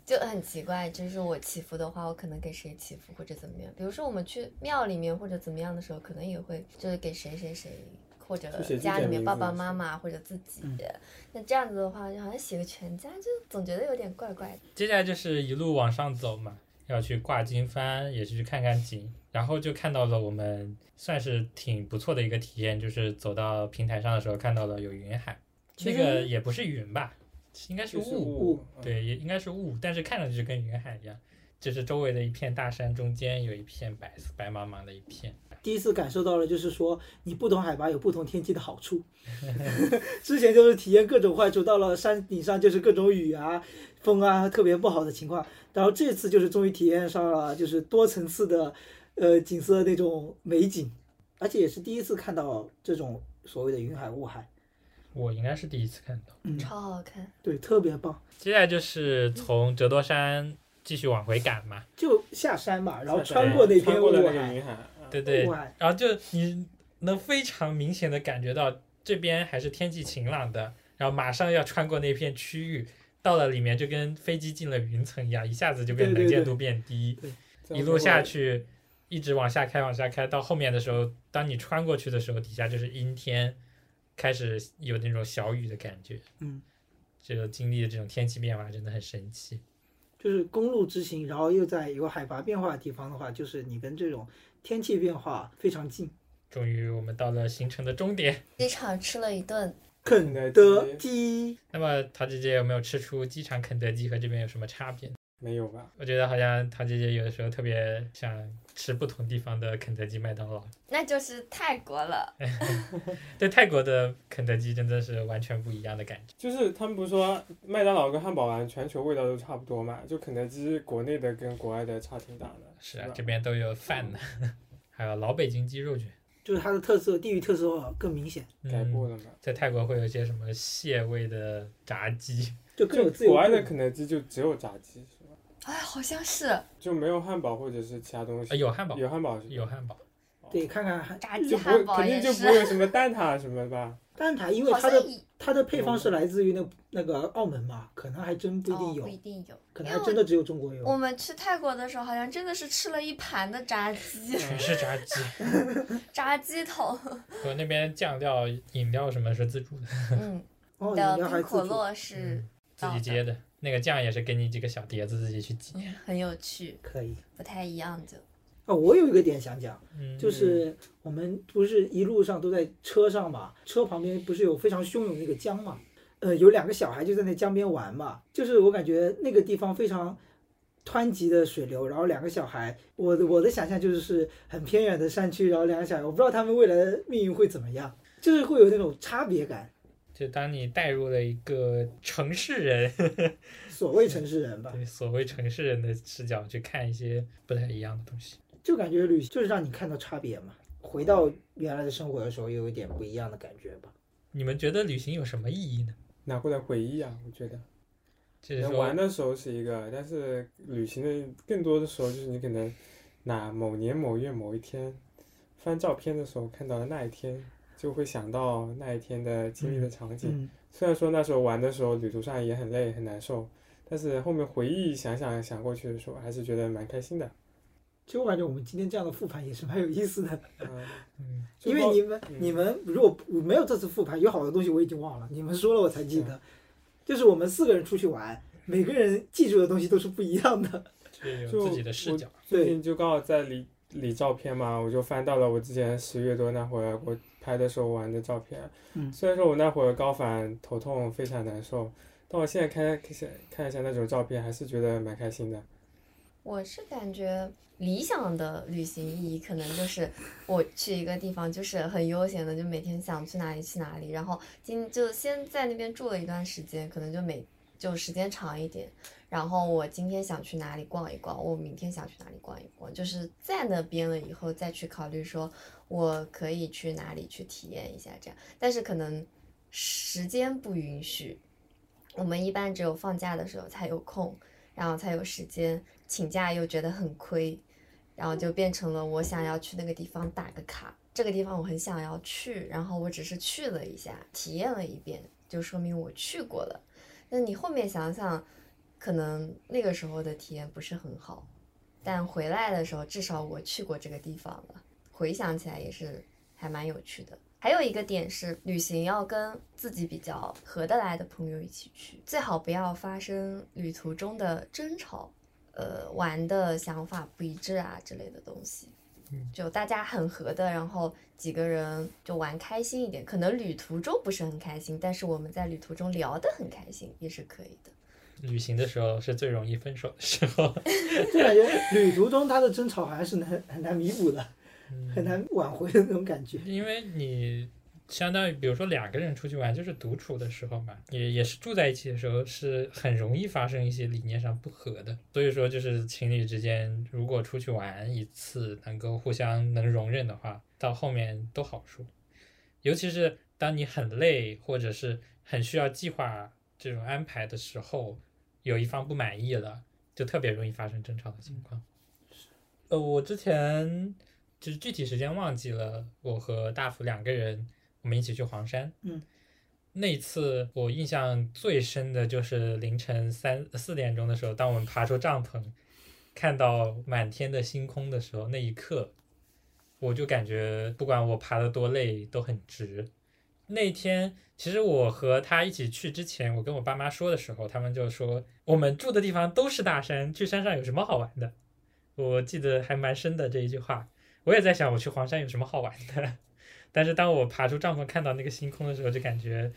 就很奇怪。就是我祈福的话，我可能给谁祈福或者怎么样。比如说我们去庙里面或者怎么样的时候，可能也会就是给谁谁谁或者就写自己家里的面名爸字爸是妈妈或者自己嗯。那这样子的话，就好像写个全家，就总觉得有点怪怪的。接下来就是一路往上走嘛，要去挂经幡，也是去看看景，然后就看到了我们算是挺不错的一个体验，就是走到平台上的时候看到了有云海，其那实个也不是云吧，应该是就是雾，雾，嗯，对，也应该是雾，但是看上去就跟云海一样，就是周围的一片大山中间有一片白色白茫茫的一片，第一次感受到了，就是说你不同海拔有不同天气的好处。 之前就是体验各种坏处，到了山顶上就是各种雨啊、风啊特别不好的情况。然后这次就是终于体验上了，就是多层次的，呃，景色那种美景，而且也是第一次看到这种所谓的云海雾海，我应该是第一次看到。嗯，超好看，对，特别棒。接下来就是从折多山继续往回赶嘛，就下山嘛，然后下山穿过那片穿雾啊过了那个海，云海，嗯对对雾，海然后就你能非常明显的感觉到这边还是天气晴朗的，然后马上要穿过那片区域，到了里面就跟飞机进了云层一样，一下子就变对对能见对度变低，这一样路会下不会去，一直往下开，往下开，到后面的时候，当你穿过去的时候，底下就是阴天，开始有那种小雨的感觉，嗯，就经历了这种天气变化，真的很神奇。就是公路之行，然后又在有海拔变化的地方的话，就是你跟这种天气变化非常近。终于我们到了行程的终点，机场吃了一顿，肯德基，那么陶姐姐有没有吃出机场肯德基和这边有什么差别呢？没有吧？我觉得好像陶姐姐有的时候特别想吃不同地方的肯德基、麦当劳。那就是泰国了。对泰国的肯德基真的是完全不一样的感觉。就是他们不是说麦当劳跟汉堡王全球味道都差不多嘛？就肯德基国内的跟国外的差挺大的，是啊吧，这边都有饭呢，还有老北京鸡肉卷。就是它的特色，地域特色更明显，改过嗯，了嘛？在泰国会有一些什么蟹味的炸鸡，就更有自就由国度。外的肯德基就只有炸鸡是吧？哎，好像是就没有汉堡或者是其他东呃，西。有汉堡，有汉堡是吧有汉堡，对，看看炸鸡就不会汉堡肯定也就不是会，有什么蛋挞什么的吧？蛋挞，因为好它像的以它的配方是来自于那那个澳门嘛，可能还真不一定哦有，不一定有，可能因为还我真的只有中国有。我们去泰国的时候，好像真的是吃了一盘的炸鸡，嗯全是炸鸡。 炸鸡头，和那边酱料、饮料什么是自助的，嗯，哦，你 的们还冰自可助，乐是嗯自己接的。那个酱也是给你几个小碟子自己去挤。 很有趣，可以。不太一样就。哦，我有一个点想讲，嗯，就是我们不是一路上都在车上嘛，车旁边不是有非常汹涌那个江嘛，呃，有两个小孩就在那江边玩嘛，就是我感觉那个地方非常湍急的水流，然后两个小孩，我的我的想象就是很偏远的山区，然后两个小孩，我不知道他们未来的命运会怎么样，就是会有那种差别感，就当你带入了一个城市人， 所谓城市人吧，对所谓城市人的视角去看一些不太一样的东西。就感觉旅行就是让你看到差别嘛，回到原来的生活的时候又有一点不一样的感觉吧。你们觉得旅行有什么意义呢？拿过来回忆啊，我觉得。就是能玩说，的时候是一个，但是旅行的更多的时候就是你可能哪某年某月某一天翻照片的时候看到了那一天，就会想到那一天的经历的场景。嗯，虽然说那时候玩的时候旅途上也很累很难受，但是后面回忆想想想过去的时候，还是觉得蛮开心的。其实我感觉我们今天这样的复盘也是蛮有意思的。嗯，嗯，就因为包你们、嗯你们如果不没有这次复盘，有好多东西我已经忘了，你们说了我才记得。就是我们四个人出去玩，每个人记住的东西都是不一样的。是就有自己的视角。最近就刚好在理理照片嘛，我就翻到了我之前十月多那会儿我拍的时候玩的照片。嗯虽然说我那会儿高反头痛非常难受，但我现在看看看一下那种照片，还是觉得蛮开心的。我是感觉理想的旅行意义可能就是我去一个地方，就是很悠闲的，就每天想去哪里去哪里，然后今就先在那边住了一段时间，可能就每就时间长一点，然后我今天想去哪里逛一逛，我明天想去哪里逛一逛，就是在那边了以后再去考虑说我可以去哪里去体验一下这样，但是可能时间不允许，我们一般只有放假的时候才有空，然后才有时间，请假又觉得很亏，然后就变成了我想要去那个地方打个卡，这个地方我很想要去，然后我只是去了一下，体验了一遍，就说明我去过了。那你后面想想，可能那个时候的体验不是很好，但回来的时候至少我去过这个地方了，回想起来也是还蛮有趣的。还有一个点是，旅行要跟自己比较合得来的朋友一起去，最好不要发生旅途中的争吵，呃，玩的想法不一致啊之类的东西。就大家很合的，然后几个人就玩开心一点。可能旅途中不是很开心，但是我们在旅途中聊得很开心也是可以的。旅行的时候是最容易分手的时候， 就感觉旅途中他的争吵还是很很难弥补的，很难挽回的那种感 觉。因为你相当于比如说两个人出去玩就是独处的时候嘛，也也是住在一起的时候是很容易发生一些理念上不合的。所以说就是情侣之间如果出去玩一次能够互相能容忍的话，到后面都好说。尤其是当你很累或者是很需要计划这种安排的时候，有一方不满意了，就特别容易发生争吵的情况。呃，我之前就是具体时间忘记了，我和大福两个人我们一起去黄山，嗯，那一次我印象最深的就是凌晨三四点钟的时候，当我们爬出帐篷，看到满天的星空的时候，那一刻，我就感觉不管我爬得多累都很值。那天其实我和他一起去之前，我跟我爸妈说的时候，他们就说我们住的地方都是大山，去山上有什么好玩的？我记得还蛮深的这一句话。我也在想，我去黄山有什么好玩的？但是当我爬出帐篷看到那个星空的时候，就感觉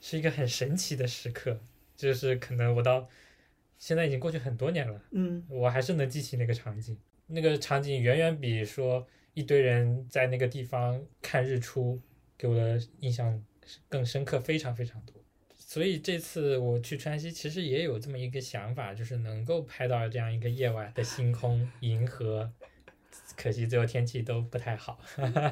是一个很神奇的时刻。就是可能我到现在已经过去很多年了，嗯，我还是能记起那个场景。那个场景远远比说一堆人在那个地方看日出给我的印象更深刻，非常非常多。所以这次我去川西，其实也有这么一个想法，就是能够拍到这样一个夜晚的星空、银河。可惜最后天气都不太好。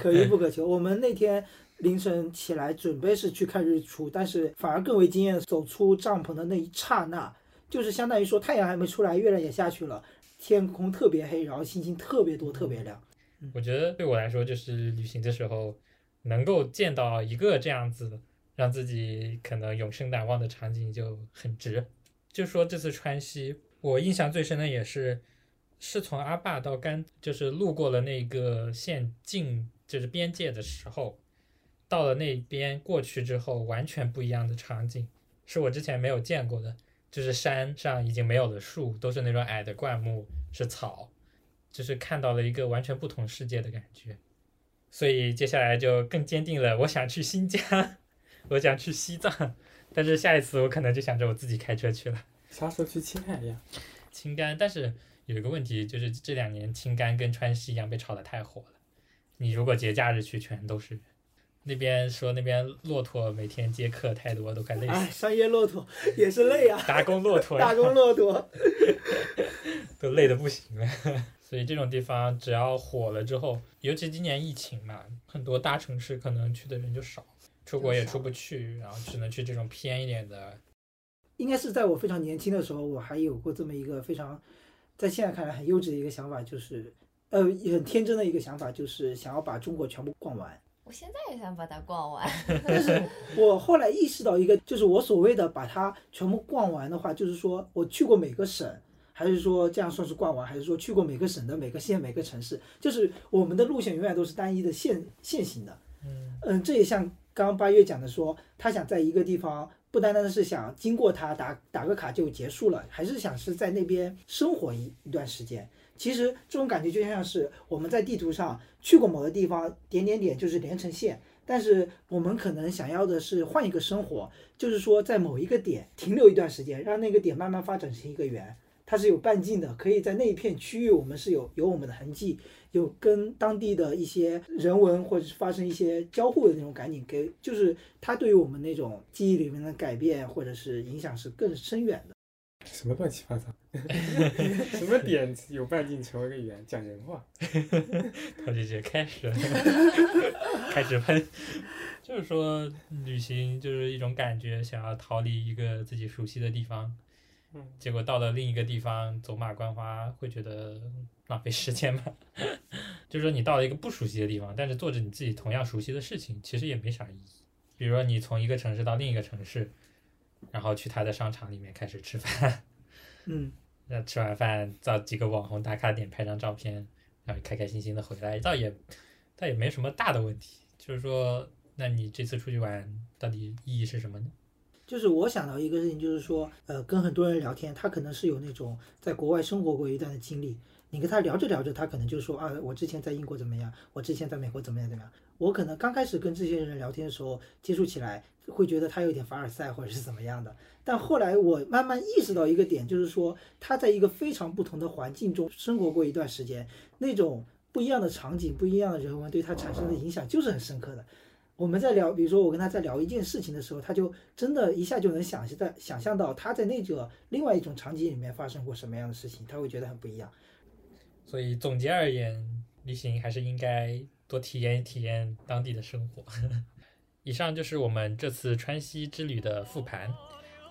可遇不可求。我们那天凌晨起来准备是去看日出，但是反而更为惊艳，走出帐篷的那一刹那，就是相当于说太阳还没出来，月亮也下去了，天空特别黑，然后星星特别多，特别亮。我觉得对我来说，就是旅行的时候能够见到一个这样子让自己可能永生难忘的场景就很值。就说这次川西，我印象最深的也是，是从阿坝到甘，就是路过了那个县境，就是边界的时候，到了那边过去之后，完全不一样的场景，是我之前没有见过的。就是山上已经没有了树，都是那种矮的灌木，是草，就是看到了一个完全不同世界的感觉，所以接下来就更坚定了我想去新疆， 我想去西藏，但是下一次我可能就想着我自己开车去了啥时候去青海呀？青甘。但是有一个问题就是这两年青甘跟川西一样被炒得太火了，你如果节假日去全都是人，那边说那边骆驼每天接客太多，都快累哎，死，商业骆 驼也是累啊，打工骆 驼呀打工骆驼。都累得不行了。 所以这种地方只要火了之后，尤其今年疫情嘛，很多大城市可能去的人就少，出国也出不去，然后只能去这种偏一点的。应该是在我非常年轻的时候，我还有过这么一个非常，在现在看来很幼稚的一个想法，就是，呃，也很天真的一个想法，就是想要把中国全部逛完。我现在也想把它逛完，我后来意识到一个，就是我所谓的把它全部逛完的话，就是说我去过每个省，还是说这样算是逛完，还是说去过每个省的每个县、每个城市？就是我们的路线永远都是单一的线线型的。嗯嗯，这也像刚刚八月讲的说，他想在一个地方，不单单是想经过它打打个卡就结束了，还是想是在那边生活一一段时间。其实这种感觉就像是我们在地图上去过某个地方，点点点就是连成线，但是我们可能想要的是换一个生活，就是说在某一个点停留一段时间，让那个点慢慢发展成一个圆。它它是有半径的，可以在那一片区域，我们是有有我们的痕迹，有跟当地的一些人文或者是发生一些交互的那种赶紧给，就是它对于我们那种记忆里面的改变或者是影响是更深远的。什么乱七八糟， 什么点有半径求一个圆，讲人话。他就直接开始了开始喷，就是说旅行就是一种感觉，想要逃离一个自己熟悉的地方，嗯，结果到了另一个地方走马观花，会觉得浪费时间吧。 就是说你到了一个不熟悉的地方，但是做着你自己同样熟悉的事情，其实也没啥意义。比如说你从一个城市到另一个城市，然后去他的商场里面开始吃饭，嗯，那吃完饭找几个网红打卡点拍张照片，然后开开心心的回来，倒也倒也没什么大的问题。就是说，那你这次出去玩到底意义是什么呢？就是我想到一个事情，就是说，呃，跟很多人聊天，他可能是有那种在国外生活过一段的经历，你跟他聊着聊着，他可能就说啊，我之前在英国怎么样，我之前在美国怎么样怎么样。我可能刚开始跟这些人聊天的时候，接触起来会觉得他有点凡尔赛或者是怎么样的，但后来我慢慢意识到一个点，就是说他在一个非常不同的环境中生活过一段时间，那种不一样的场景、不一样的人文对他产生的影响就是很深刻的。我们在聊，比如说我跟他在聊一件事情的时候，他就真的一下就能想象想象到他在那个另外一种场景里面发生过什么样的事情，他会觉得很不一样。所以总结而言，旅行还是应该多体验体验当地的生活。 以上就是我们这次川西之旅的复盘。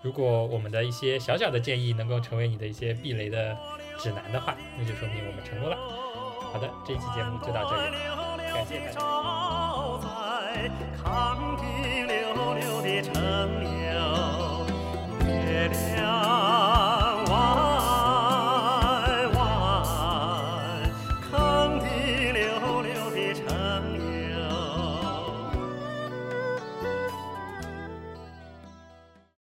如果我们的一些小小的建议能够成为你的一些避雷的指南的话，那就说明我们成功了。好的，这一期节目就到这里了，感谢大家。在炕底溜溜的城里。